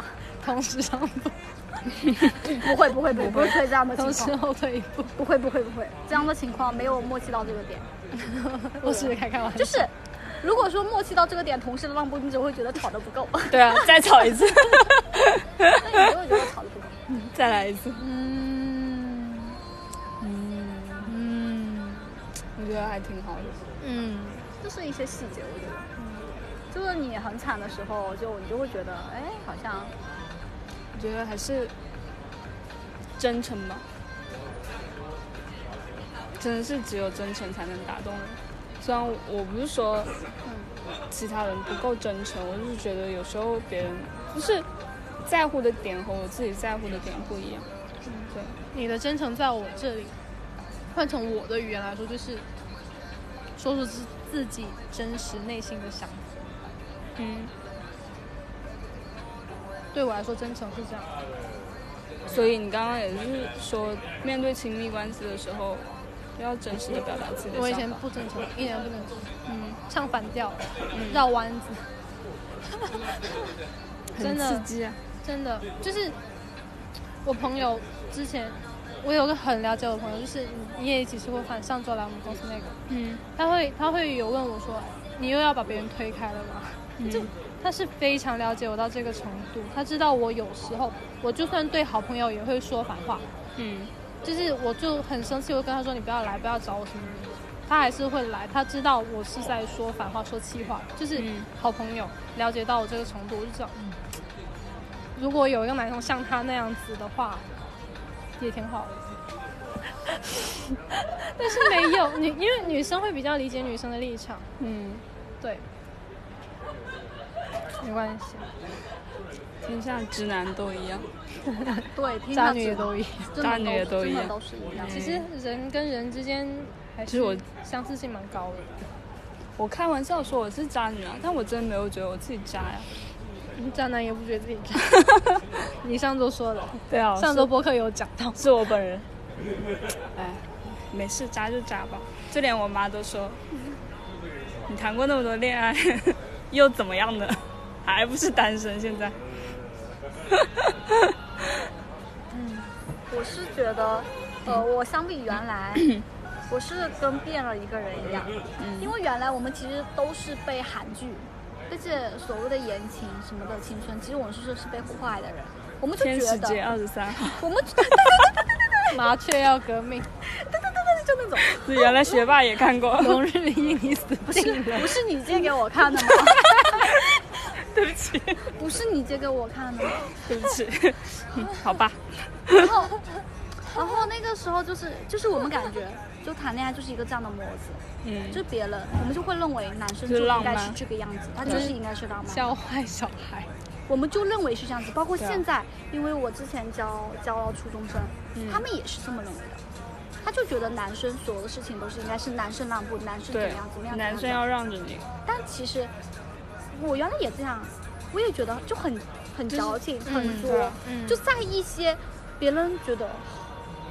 同时让步，不会不会 [laughs] 不会不会这样的同情时后况，退一步。不会不会不会这样的情况没有默契到这个点，嗯我只是开开玩笑，就是如果说默契到这个点，同时让步，你只会觉得吵得不 [laughs] 够，对啊，再吵一次， [laughs] 那你就会觉得吵得不够。再来一次。嗯嗯我觉得还挺好的。嗯，就是一些细节，我觉得，就是你很惨的时候，就你就会觉得，哎，好像我觉得还是真诚吧，真的是只有真诚才能打动人。虽然我不是说其他人不够真诚，我就是觉得有时候别人就是在乎的点和我自己在乎的点不一样。对，你的真诚在我这里，换成我的语言来说，就是说出自自己真实内心的想法。嗯，对我来说，真诚是这样。所以你刚刚也是说，面对亲密关系的时候，要真实的表达自己的我以前想法。不真诚，一点都不真诚，嗯，唱反调，嗯绕弯子，真很的刺激啊。真的就是我朋友之前，我有个很了解我的朋友，就是你也一起吃过饭，上周来我们公司那个，嗯，他会他会有问我说，你又要把别人推开了吗？就他是非常了解我到这个程度，他知道我有时候我就算对好朋友也会说反话，嗯就是我就很生气，我跟他说你不要来，不要找我什么的。他还是会来，他知道我是在说反话、说气话，就是嗯好朋友了解到我这个程度，我就知道，嗯，如果有一个男生像他那样子的话，也挺好的。 [laughs] 但是没有女，因为女生会比较理解女生的立场，嗯，对，没关系，天下直男都一样。对，听渣上女去也都一样。真的渣女也都都一真的样都是一样。其实人跟人之间还其实我是相似性蛮高的。我开玩笑说我是渣女啊，但我真的没有觉得我自己渣呀、 [laughs] 渣男也不觉得自己渣。 [laughs] 你上周说的，对啊上周播客有讲到，是我本人。哎，没事，渣就渣吧。就连我妈都说，你谈过那么多恋爱， [laughs] 又怎么样呢？还不是单身现在。我是觉得，呃，我相比原来，我是跟变了一个人一样，嗯因为原来我们其实都是被韩剧，这些所谓的言情什么的青春，其实我们是是被祸害的人，我们就天觉使街得，二十三号，我们 [laughs] 对对对麻雀要革命，对对对对，就那种，原来学霸也看过。龙日一你死定了。不是你借给我看的吗？ [laughs] [laughs] 对不起，不是你借给我看的吗？对不起。 [laughs] 嗯好吧，然后，然后那个时候就是就是我们感觉，就谈恋爱就是一个这样的模子，嗯，就别人我们就会认为男生就就应浪该漫是这个样子，他就是应该是浪漫。教坏小孩，我们就认为是这样子，包括对啊现在，因为我之前教教初中生，嗯他们也是这么认为的。他就觉得男生所有的事情都是应该是男生让步，男生怎么对样怎么样，，男怎生么样要让着你。但其实我原来也这样，我也觉得就很很矫情，很作、对啊嗯就在意一些别人觉得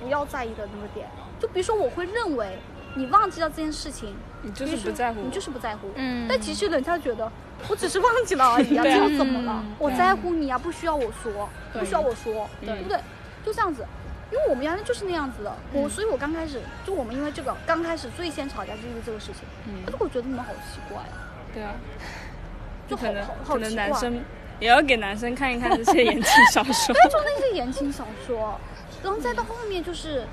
不要在意的那个点。就比如说，我会认为你忘记了这件事情，你就是比如说不在乎我你就是不在乎。嗯但其实人家觉得我只是忘记了而 [laughs] 已啊，对啊这又怎么了嗯？我在乎你啊，不需要我说，对不需要我说，嗯对不对？就这样子。因为我们原来就是那样子的，我嗯所以，我刚开始就我们因为这个刚开始最先吵架就是因为这个事情，嗯但是我觉得你们好奇怪啊，对啊，就好可能好好可能奇男怪生也要给男生看一看这些言情小说。对，就那些言情小 [laughs] 说，然后再到后面就是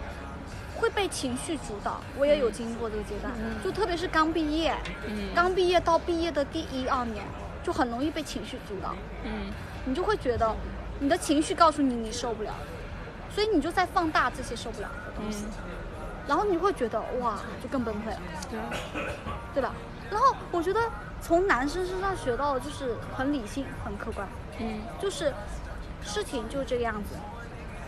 会被情绪主导，我也有经历过这个阶段，就特别是刚毕业，嗯刚毕业到毕业的第一二年，就很容易被情绪主导， [laughs] 嗯，你就会觉得你的情绪告诉你你受不了，所以你就在放大这些受不了的东西，嗯然后你会觉得哇，就更崩溃了。对啊，对吧？然后我觉得从男生身上学到的就是很理性、很客观，嗯，就是事情就是这个样子，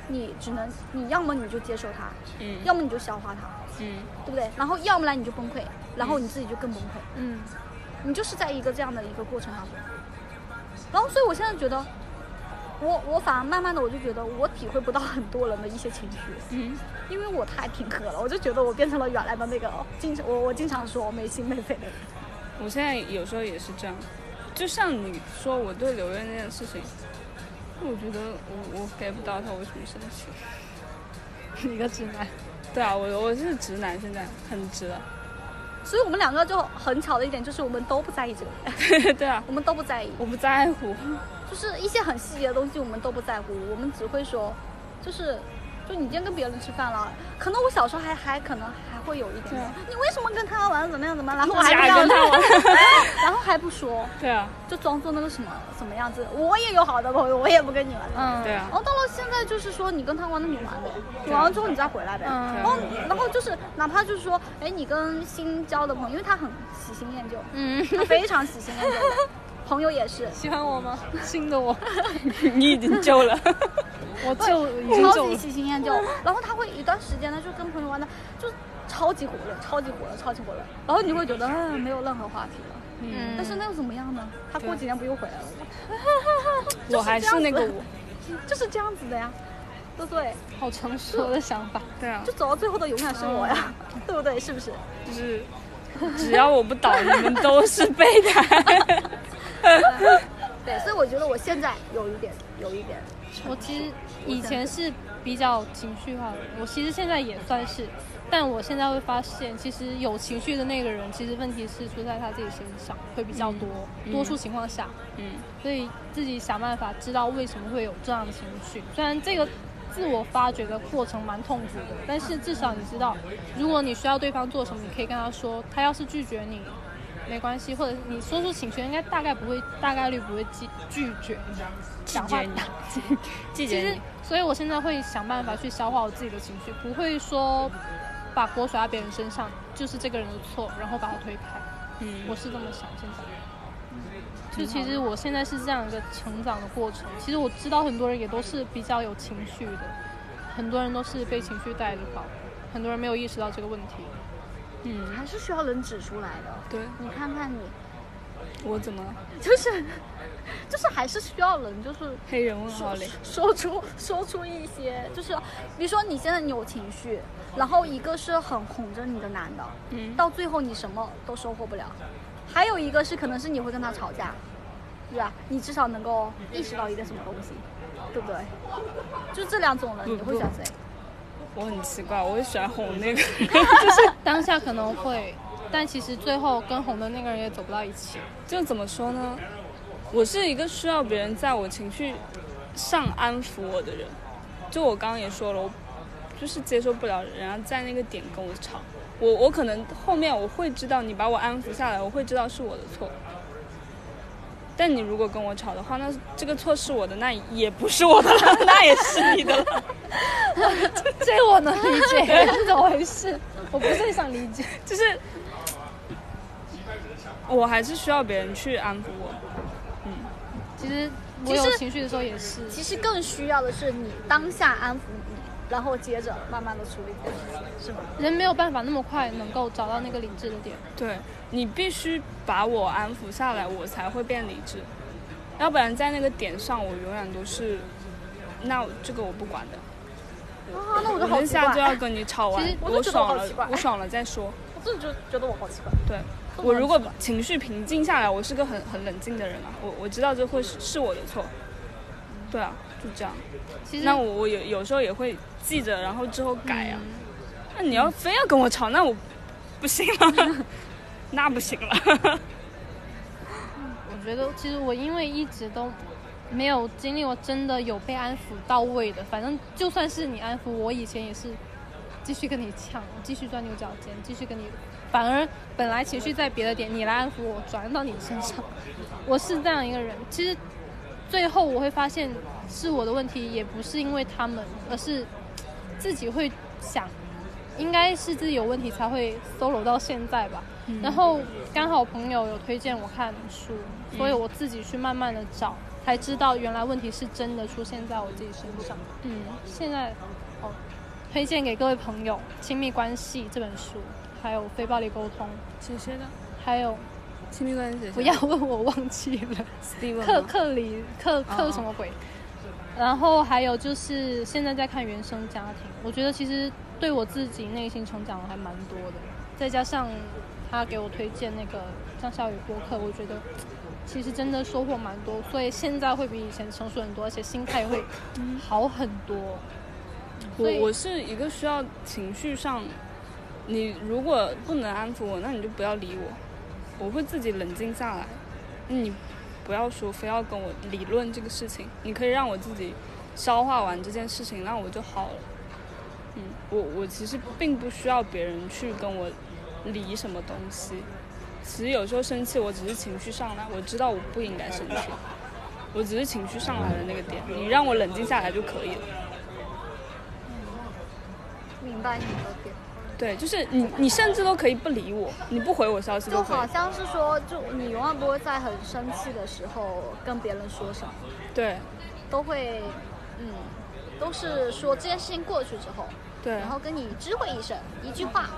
你只能你要么你就接受它，嗯要么你就消化它，嗯对不对？然后要不然你就崩溃，然后你自己就更崩溃，嗯，你就是在一个这样的一个过程当中。然后，所以我现在觉得，我我反而慢慢的我就觉得我体会不到很多人的一些情绪，嗯，因为我太平和了，我就觉得我变成了原来的那个哦经常我我经常说我没心没肺的人。我现在有时候也是这样，就像你说我对刘月那件事情，我觉得我我给不到他，我为什么生气？一个直男，对啊，我我是直男，现在很直了。 [laughs] 所以我们两个就很巧的一点就是，我们都不在意这个，对啊，我们都不在意，我不在乎。就是一些很细节的东西我们都不在乎，我们只会说，就是，就你今天跟别人吃饭了，可能我小时候还还可能还会有一点对啊，你为什么跟他玩怎么样怎么样，然后我还不还要跟他玩 [laughs] 然后还不说，对啊，就装作那个什么什么样子，我也有好的朋友，我也不跟你玩。嗯，对然啊，后到了现在，就是说你跟他玩，那你玩呗，嗯你玩完之后你再回来呗。嗯然后，然后就是哪怕就是说，哎，你跟新交的朋友，因为他很喜新厌旧，嗯，他非常喜新厌旧，朋友也是，喜欢我吗？新的 [laughs] 我， [laughs] 你已经救 [laughs] 了。我就已经超走级了。喜新厌旧。然后他会一段时间呢，就跟朋友玩的，就超级火热，超级火热，超级火热。然后你就会觉得，嗯，没有任何话题了。嗯，但是那又怎么样呢？他过几年不又回来了吗？我还是那个我。就是这样子的呀，对不对？好成熟的想法，对啊就，走到最后的永远是我呀， [laughs] 对不对？是不是？就是只要我不倒，你们都是备 [laughs] 胎。对，所以我觉得我现在有一点，有一点，我其实以前是比较情绪化的人，我其实现在也算是，但我现在会发现，其实有情绪的那个人，其实问题是出在他自己身上，会比较多，嗯多数情况下，嗯，所以自己想办法知道为什么会有这样的情绪。虽然这个自我发掘的过程蛮痛苦的，但是至少你知道，如果你需要对方做什么，你可以跟他说，他要是拒绝你，没关系，或者你说出请求，应该大概不会，大概率不会拒拒绝你，讲拒话绝 [laughs] 你大季其姐实你，，所以我现在会想办法去消化我自己的情绪，不会说把锅甩在别人身上，就是这个人的错，然后把他推开。嗯，我是这么想，现在。就其实我现在是这样一个成长的过程。其实我知道很多人也都是比较有情绪的，很多人都是被情绪带着跑，很多人没有意识到这个问题。嗯，还是需要人指出来的。对你看看你，我怎么了就是，就是还是需要人，就是黑人问号说嘞？说出说出一些，就是比如说你现在你有情绪，然后一个是很哄着你的男的，嗯，到最后你什么都收获不了，还有一个是可能是你会跟他吵架，对吧？你至少能够意识到一个什么东西，对不对？就这两种人，不你会选谁？我很奇怪，我会喜欢哄那个人， [laughs] 就是当下可能会，但其实最后跟红的那个人也走不到一起。就怎么说呢？我是一个需要别人在我情绪上安抚我的人，就我刚刚也说了，我就是接受不了人家在那个点跟我吵，我我可能后面我会知道你把我安抚下来，我会知道是我的错。但你如果跟我吵的话，那这个错是我的，那也不是我的了， [laughs] 那也是你的了。这个我能理解，是怎么回事？我不是很想理解。就是我还是需要别人去安抚我。其实我有情绪的时候也是，其实更需要的是你当下安抚你，然后接着慢慢的处理这件事情，是吗？人没有办法那么快能够找到那个理智的点。对你必须把我安抚下来，我才会变理智，要不然在那个点上，我永远都是，那我这个我不管的，啊，那我就我好当奇下就要怪，跟你吵完其实，我我都觉得我好爽了奇怪，我爽了再说。我真的就觉得我好奇怪。对这么我如果奇怪情绪平静下来，我是个很很冷静的人啊，我我知道这会是是我的错，对啊，就这样。其实那我我有有时候也会记着，然后之后改啊。那你要非要跟我吵，那我不行 [laughs] 了，那不行了。 [laughs] 我觉得其实我因为一直都没有经历过真的有被安抚到位的，反正就算是你安抚我，以前也是继续跟你呛，我继续钻牛角尖，继续跟你，反而本来情绪在别的点，你来安抚我，转到你身上，我是这样一个人。其实最后我会发现是我的问题，也不是因为他们，而是自己会想，应该是自己有问题才会 solo 到现在吧。然后刚好朋友有推荐我看书，所以我自己去慢慢的找，才知道原来问题是真的出现在我自己身上。嗯，现在哦，推荐给各位朋友《亲密关系》这本书，还有《非暴力沟通》，谁谁的？还有亲密关系谁不要问我忘记了。克 Steven 吗哦克里克克什么鬼？然后还有就是现在在看原生家庭，我觉得其实对我自己内心成长还蛮多的，再加上他给我推荐那个张小雨播客，我觉得其实真的收获蛮多，所以现在会比以前成熟很多，而且心态也会嗯好很多。所我以我是一个需要情绪上，你如果不能安抚我，那你就不要理我，我会自己冷静下来。你不要说非要跟我理论这个事情，你可以让我自己消化完这件事情，那我就好了。嗯，我我其实并不需要别人去跟我理什么东西。其实有时候生气，我只是情绪上来，我知道我不应该生气，我只是情绪上来的那个点，你让我冷静下来就可以了。明白你的点。对，就是你，你甚至都可以不理我，你不回我消息就都可好以。像是说，就你永远不会在很生气的时候跟别人说什么，对，都会，嗯，都是说这件事情过去之后，对然，后跟你知会一声，一句话，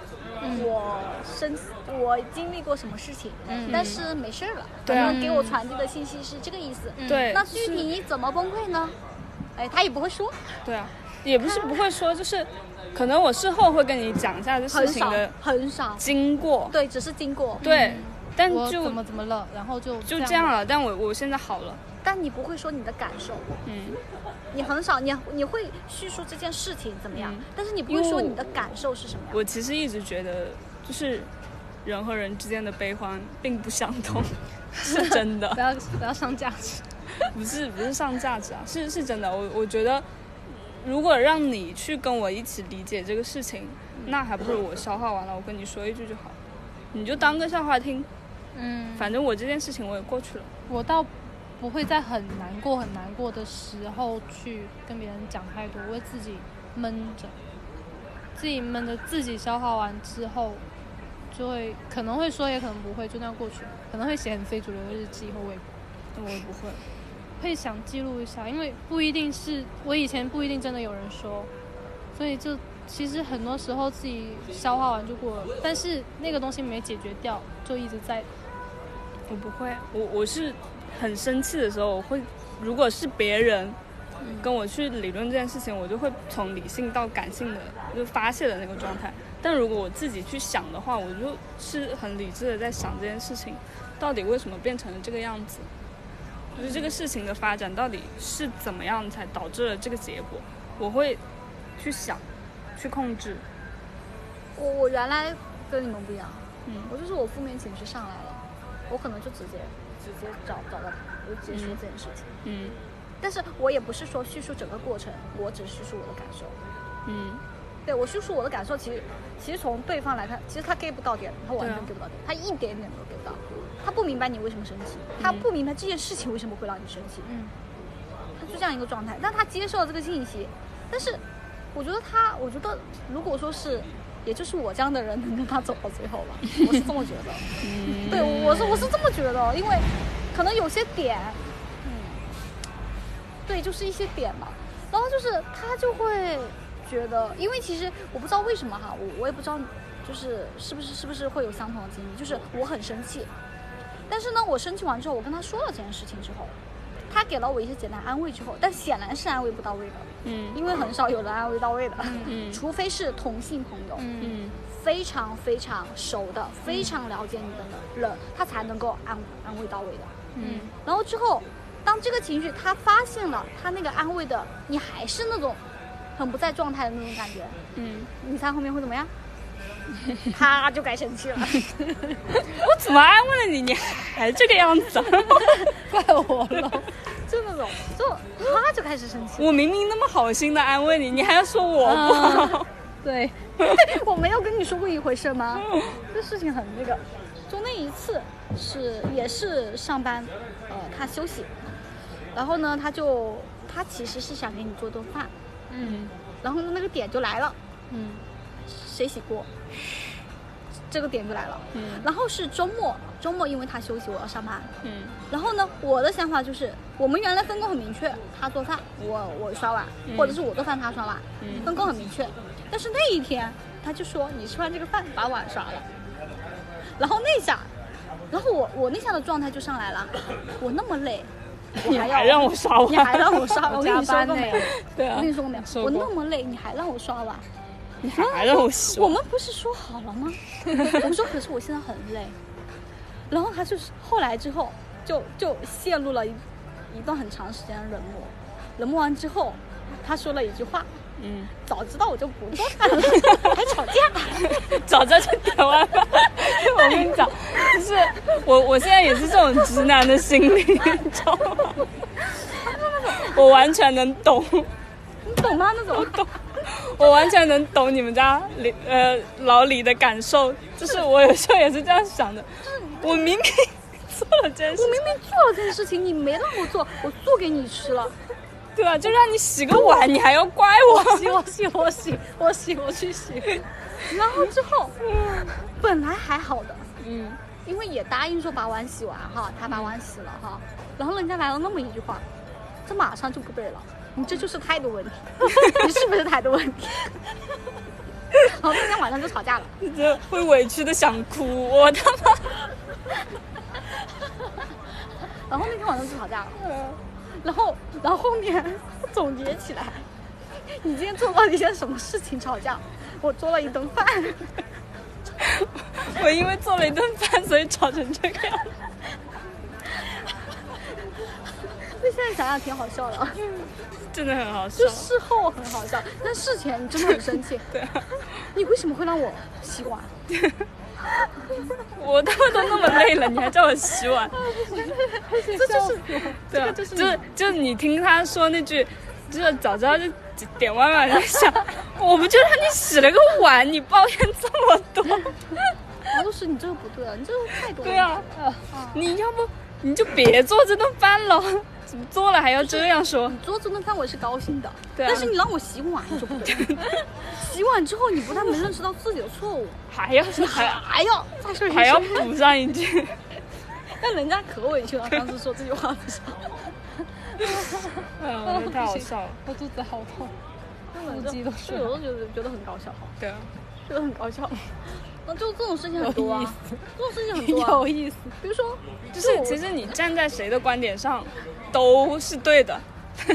嗯我生气我经历过什么事情，嗯但是没事儿了，对啊嗯反正给我传递的信息是这个意思。对，那具是体你怎么崩溃呢？哎，他也不会说，对啊，也不是不会说，就是可能我事后会跟你讲一下这很事情少的很少，经过，对，嗯只是经过，对，但我就怎么怎么了，然后就就这样了。但我我现在好了，但你不会说你的感受。嗯，你很少，你你会叙述这件事情怎么样，嗯但是你不会说你的感受是什么样。我其实一直觉得就是人和人之间的悲欢并不相同， [laughs] 是真的不。要不要上价值。不是不是上价值啊，是是真的。我我觉得如果让你去跟我一起理解这个事情，那还不如我消化完了，我跟你说一句就好，你就当个笑话听。嗯，反正我这件事情我也过去了。我倒不会在很难过、很难过的时候去跟别人讲太多，我会自己闷着，自己闷着，自己消化完之后，就会可能会说，也可能不会，就那样过去了。可能会写很非主流的日记或微博，我也不会。会想记录一下，因为不一定是我以前不一定真的有人说，所以就其实很多时候自己消化完就过了，但是那个东西没解决掉，就一直在。我不会，我我是很生气的时候，我会，如果是别人跟我去理论这件事情，我就会从理性到感性的就发泄的那个状态。但如果我自己去想的话，我就是很理智的在想这件事情到底为什么变成了这个样子，就是这个事情的发展到底是怎么样才导致了这个结果，我会去想，去控制。我我原来跟你们不一样，嗯我就是我负面情绪上来了，我可能就直接直接找找到他，我就直接说这件事情。嗯但是我也不是说叙述整个过程，我只叙述我的感受。嗯， [laughs] 对我叙述我的感受，其实其实从对方来看，其实他 get 不到点，他完全对啊 get 不到点，他一点点都 get 不到，他不明白你为什么生气，他嗯不明白这件事情为什么会让你生气，嗯，他就这样一个状态。但他接受了这个信息，但是我觉得他，我觉得如果说是，也就是我这样的人能跟他走到最后吧，我是这么觉 [laughs] 得。嗯对，我是我是这么觉得，因为可能有些点，嗯，对，就是一些点吧。然后就是他就会觉得，因为其实我不知道为什么哈，我我也不知道，就是是不是是不是会有相同的经历，就是我很生气，但是呢，我生气完之后，我跟他说了这件事情之后，他给了我一些简单安慰之后，但显然是安慰不到位的，嗯因为很少有人安慰到位的，嗯 [laughs] 除非是同性朋友，嗯非常非常熟的、非常了解你的人，他才能够安安慰到位的。嗯然后之后，当这个情绪他发现了他那个安慰的，你还是那种很不在状态的那种感觉，嗯，你猜后面会怎么样？ [laughs] 他就该生气了，我怎么安慰了你，你还这个样子、啊？ [laughs] 怪我了。 [laughs] 就那种，就他就开始生气。我明明那么好心的安慰你，你还要说我不好。对， [laughs] 我没有跟你说过一回事 [laughs] 吗？这事情很那个，就那一次是也是上班，呃，他休息，然后呢，他就他其实是想给你做顿饭，嗯然后那个点就来了，嗯，谁洗锅？这个点就来了。嗯然后是周末，周末因为他休息，我要上班。嗯然后呢，我的想法就是，我们原来分工很明确，他做饭，我我刷碗，嗯或者是我做饭他刷碗，嗯分工很明确。但是那一天，他就说你吃完这个饭把碗刷了，然后那下，然后我我那下的状态就上来了，我那么累，我你还还要让我刷碗？你还让我刷，我跟你加班说 [laughs] 过没有呢？对啊，我跟你说过没有？说我过那么累，你还让我刷碗？你还让我洗我们不是说好了吗？ [laughs] 我说可是我现在很累，然后他就是后来之后就就陷入了一一段很长时间的冷漠，冷漠完之后，他说了一句话。嗯，早知道我就不做饭了， [laughs] 还吵架。早知道就点外卖。 [laughs] 我跟你讲，就是我我现在也是这种直男的心理，你知道吗？我完全能懂，你懂吗？那种我完全能懂你们家李呃老李的感受，就是我有时候也是这样想的，我明明做了这件事我情，明明做了这件事情，你没让我做，我做给你吃了。对吧？就让你洗个碗，你还要怪我。洗我洗我洗我洗我去洗。然后之后，本来还好的，嗯因为也答应说把碗洗完哈，他把碗洗了哈，然后人家来了那么一句话，这马上就不对了，你这就是态度问题，你是不是态度问题？然后那天晚上就吵架了，，这会委屈的想哭，我他妈，然后那天晚上就吵架了，然后然后后面总结起来，你今天做到底一些什么事情吵架？我做了一顿饭，我因为做了一顿饭，所以吵成这个样子。那现在想想挺好笑的，真的很好笑就。事后很好笑，但事前你真的很生气，对啊，你为什么会让我洗碗？我他妈都那么累了，你还叫我洗碗？这就是对啊，就是就是你听他说那句，就是早知道就点外卖，我就想，我不就让你洗了个碗，你抱怨这么多，啊，就是你这个不对啊，你这个太多了。对啊呃，你要不你就别做这顿饭了，怎么做了还要这样说？你做这顿饭我也是高兴的，对啊但是你让我洗碗就不对了。 [laughs] 洗碗之后，你不但没认识到自己的错误，还要是还还要再 [laughs] 说一还要遍。补上一句，但人家可委屈了，当时说这句话的时候， [laughs] 嗯， [laughs] 我觉得太好笑了， [laughs] 我肚子好痛，腹肌都就出有时来了。候觉得觉得很搞笑，对啊，觉得很搞 [laughs] 笑。那就这种事情很多有意啊思，这种事情很多、啊。 [laughs] 有意思，比如说，啊就是其实你站在谁的观点上都是对的，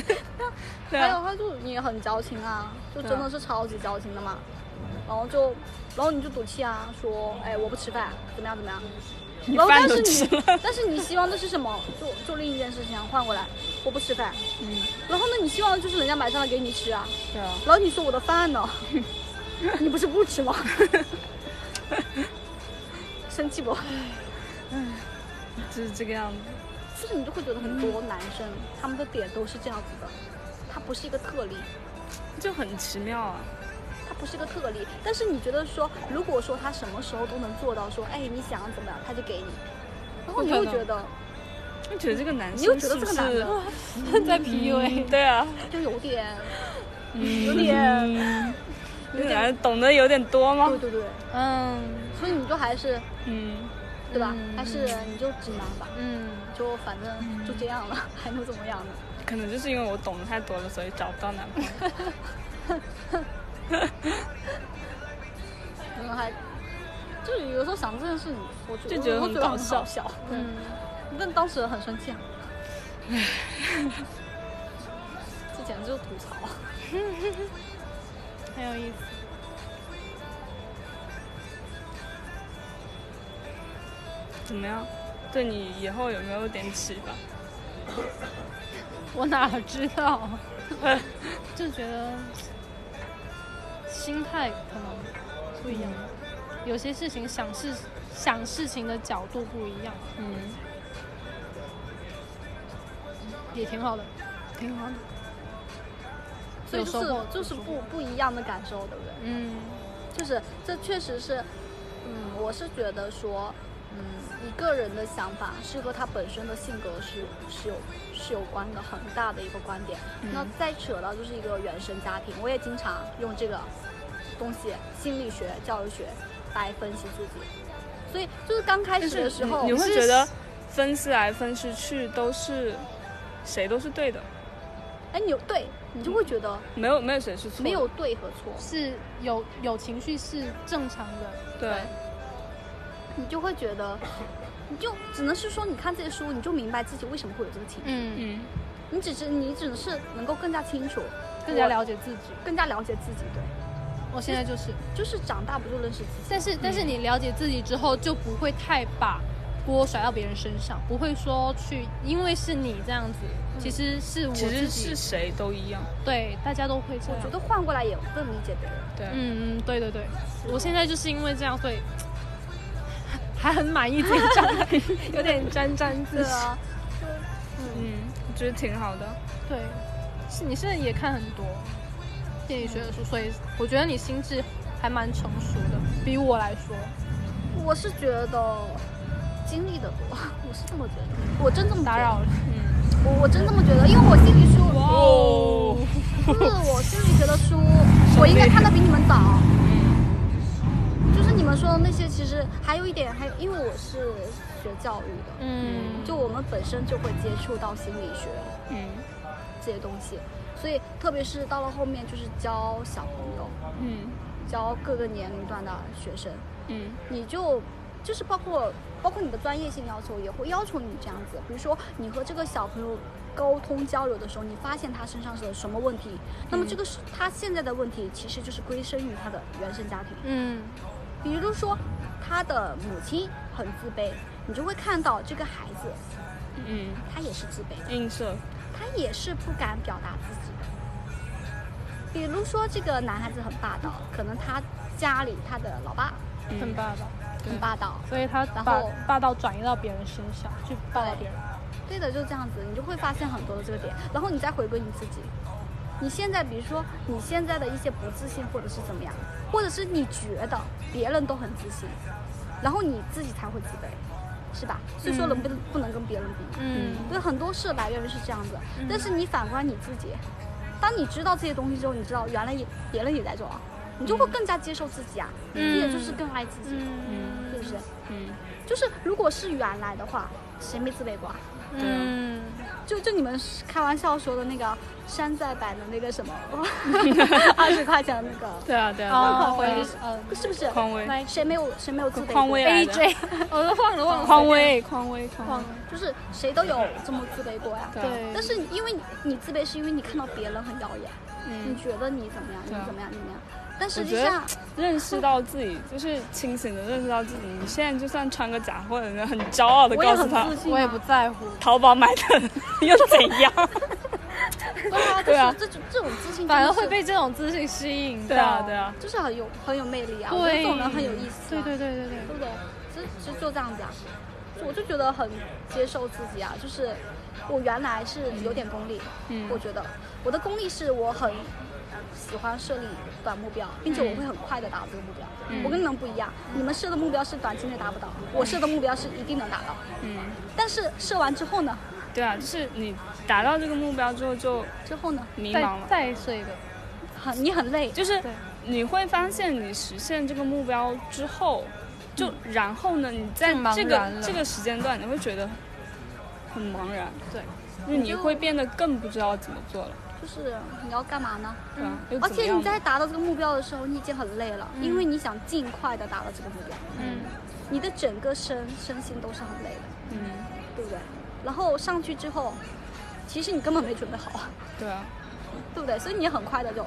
[laughs] 对还有啊，他就也很矫情啊，就对啊真的是超级矫情的嘛。然后就，然后你就赌气啊，说，哎，我不吃饭，怎么样怎么样。你然后但饭都是吃你了，， [laughs] 但是你希望的是什么？就就另一件事情啊，换过来，我不吃饭。嗯，然后呢，你希望的就是人家买上来给你吃啊。对啊，然后你说我的 [laughs] 饭呢？你不是不吃吗？生气不？就是这个样子，就是你就会觉得很多男生、他们的点都是这样子的，他不是一个特例。就很奇妙啊，他不是个特例，但是你觉得说，如果说他什么时候都能做到说，哎，你想怎么样，他就给你，然后你又不可觉能得就觉得这个男你又生觉是得不这个男是的？ [laughs] 在 PUA， [laughs] 对啊，就有点，有有点，有男点，的懂得有点多吗对？对对，嗯所以你就还是，嗯，对吧？嗯还是你就直男吧，嗯，就反正就这样了，还能怎么样呢？可能就是因为我懂得太多了，所以找不到男 [laughs] 朋友。可能还，就是有时候想这件事情，我觉就觉得我很觉得搞很笑搞笑，嗯，但当时很生气啊， [laughs] 这简直就是吐槽。很有意思。怎么样？对你以后有没有点启发？我哪知道？ [laughs] 就觉得心态可能不一样，有些事情想事想事情的角度不一样，嗯，也挺好的。挺好的。所以就有是收获就是不不一样的感受，对不对？嗯就是这确实是，嗯，我是觉得说，嗯，一个人的想法是和他本身的性格是是有是有关的，很大的一个观点。嗯那再扯到就是一个原生家庭，我也经常用这个东西，心理学、教育学来分析自己。所以就是刚开就始的时哦是候，你你会是觉得分析来分析去都是谁都是对的，哎，你有对，你就会觉得没有没有谁是嗯错的。没有对和错，是有有情绪是正常的，对，啊你就会觉得，你就只能是说，你看这些书，你就明白自己为什么会有这个情绪，嗯，嗯，你只是你只是能够更加清楚，更加我了解自己。更加了解自己，对，我现在就是，就是长大不就认识自己，但是但是你了解自己之后，就不会太把锅甩到别人身上，不会说去因为是你这样子，其嗯实是我其自实己是，谁都一样。对，大家都会这我样觉。得换过来也更理解别人，对，嗯嗯，对对对，我现在就是因为这样， [laughs] 所以还很满意自己的状态，有点沾沾 [laughs] 对啊，嗯，我觉得挺好的。 [laughs] 对，是你现在也看很多心理学的书，所以我觉得你心智还蛮成熟的，比我来说，我是觉得经历的多，我是这么觉得，我真这么觉得打扰，了。我我真这么觉得，因为我心理书，嗯哦，就是我心理学的书，我应该看的比你们早。就是你们说的那些，其实还有一点，还有因为我是学教育的，嗯，就我们本身就会接触到心理学嗯这些东西，所以特别是到了后面就是教小朋友，嗯教各个年龄段的学生，嗯你就就是包括包括你的专业性要求也会要求你这样子，比如说你和这个小朋友沟通交流的时候，你发现他身上是有什么问题，那么这个是他现在的问题其实就是归生于他的原生家庭，嗯比如说他的母亲很自卑，你就会看到这个孩子嗯，他也是自卑的。映射。他也是不敢表达自己的。比如说，这个男孩子很霸道，可能他家里他的老爸嗯很霸道，很霸道，所以他把然后霸道转移到别人身上，去霸道别人。对的，就这样子，你就会发现很多的这个点，然后你再回归你自己，你现在比如说你现在的一些不自信，或者是怎么样，或者是你觉得别人都很自信，然后你自己才会自卑，是吧？所以说人不、不能跟别人比，嗯，对，很多事来源于是这样子。但是你反观你自己，当你知道这些东西之后，你知道原来也别人也在这啊，你就会更加接受自己啊，你也就是更爱自己，嗯是不是？嗯，就是如果是原来的话，谁没自卑过啊？嗯，就就你们开玩笑说的那个山寨版的那 [laughs] 个什么，二十块钱的那个，对啊对啊，哦，我也嗯是呃，是不是？匡威，谁没有谁没有自卑过？匡威来的， [laughs] 我都忘了忘了，匡威，匡威，匡嗯威，就是谁都有这么自卑过呀。对啊，对，但是因为你自卑，是因为你看到别人很耀眼，你嗯，觉得你怎么样，你对啊怎么样，你怎么样。但实我际觉得上，认识到自己，就是清醒的认识到自己。你现在就算穿个假货，人家很骄傲的我也告诉很他自，信、啊，我也不在乎，淘宝买的 [laughs] 又怎 [laughs] 样？对 [laughs] 啊，对啊就是这种这种自信真的是，反而会被这种自信吸引到。对啊对啊，就是很有很有魅力啊。对，我觉得这种人很有意思、对啊。对对对对，对不对？其实其实就这样子啊，就我就觉得很接受自己啊，就是我原来是有点功利，嗯我觉得我的功利是我很喜欢设立短目标，并且嗯我会很快的达到这个目标。我跟你们不一样，你们设的目标是短期内达不到，我设的目标是一定能达到。嗯，但是设完之后呢？对啊，就是你达到这个目标之后就之后呢？迷茫带了，带水的，很你很累，就是对你会发现你实现这个目标之后，就然后呢，你在嗯茫这个然了这个时间段你会觉得很茫然，对，因为你会变得更不知道怎么做了，就是你要干嘛呢？对啊，嗯又而怎么且你样呢？嗯在达到这个目标的时候，你已经很累了，因为你想尽快的达到这个目标，嗯，你的整个身身心都是很累的。嗯，对不对？然后上去之后，其实你根本没准备好， [laughs] 对啊，对不对？所以你很快的就，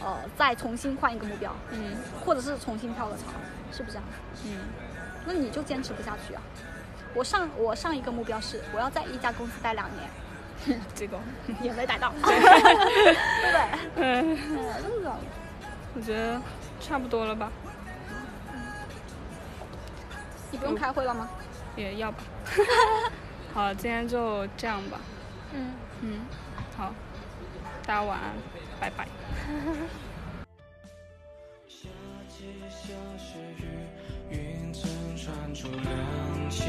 呃，再重新换一个目标，嗯或者是重新跳个槽，是不是啊？嗯那你就坚持不下去啊。我上我上一个目标是我要在一家公司待两年，这个，也没待到， [laughs] 对不对？嗯。嗯，就是这样我觉得差不多了吧，你不用开会了吗？也 [laughs] 要吧。好，今天就这样吧。嗯嗯，好，大家晚安，拜拜。夏季消失日，云层传出凉气，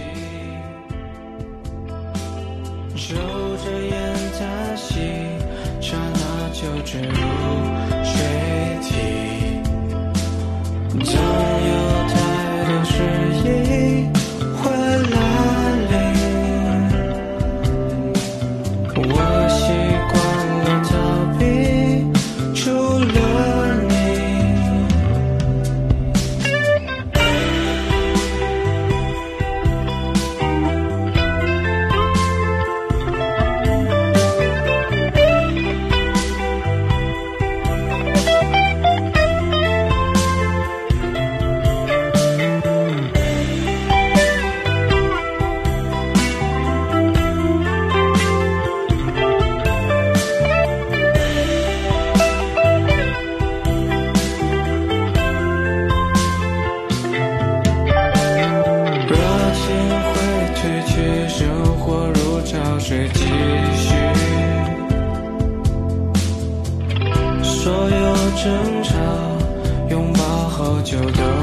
抽着烟叹息，刹那就坠入水体。总有太多失意会来临。我习惯了逃避，除了你。热情会褪去，生活如潮水继续。所有争吵，拥抱后就都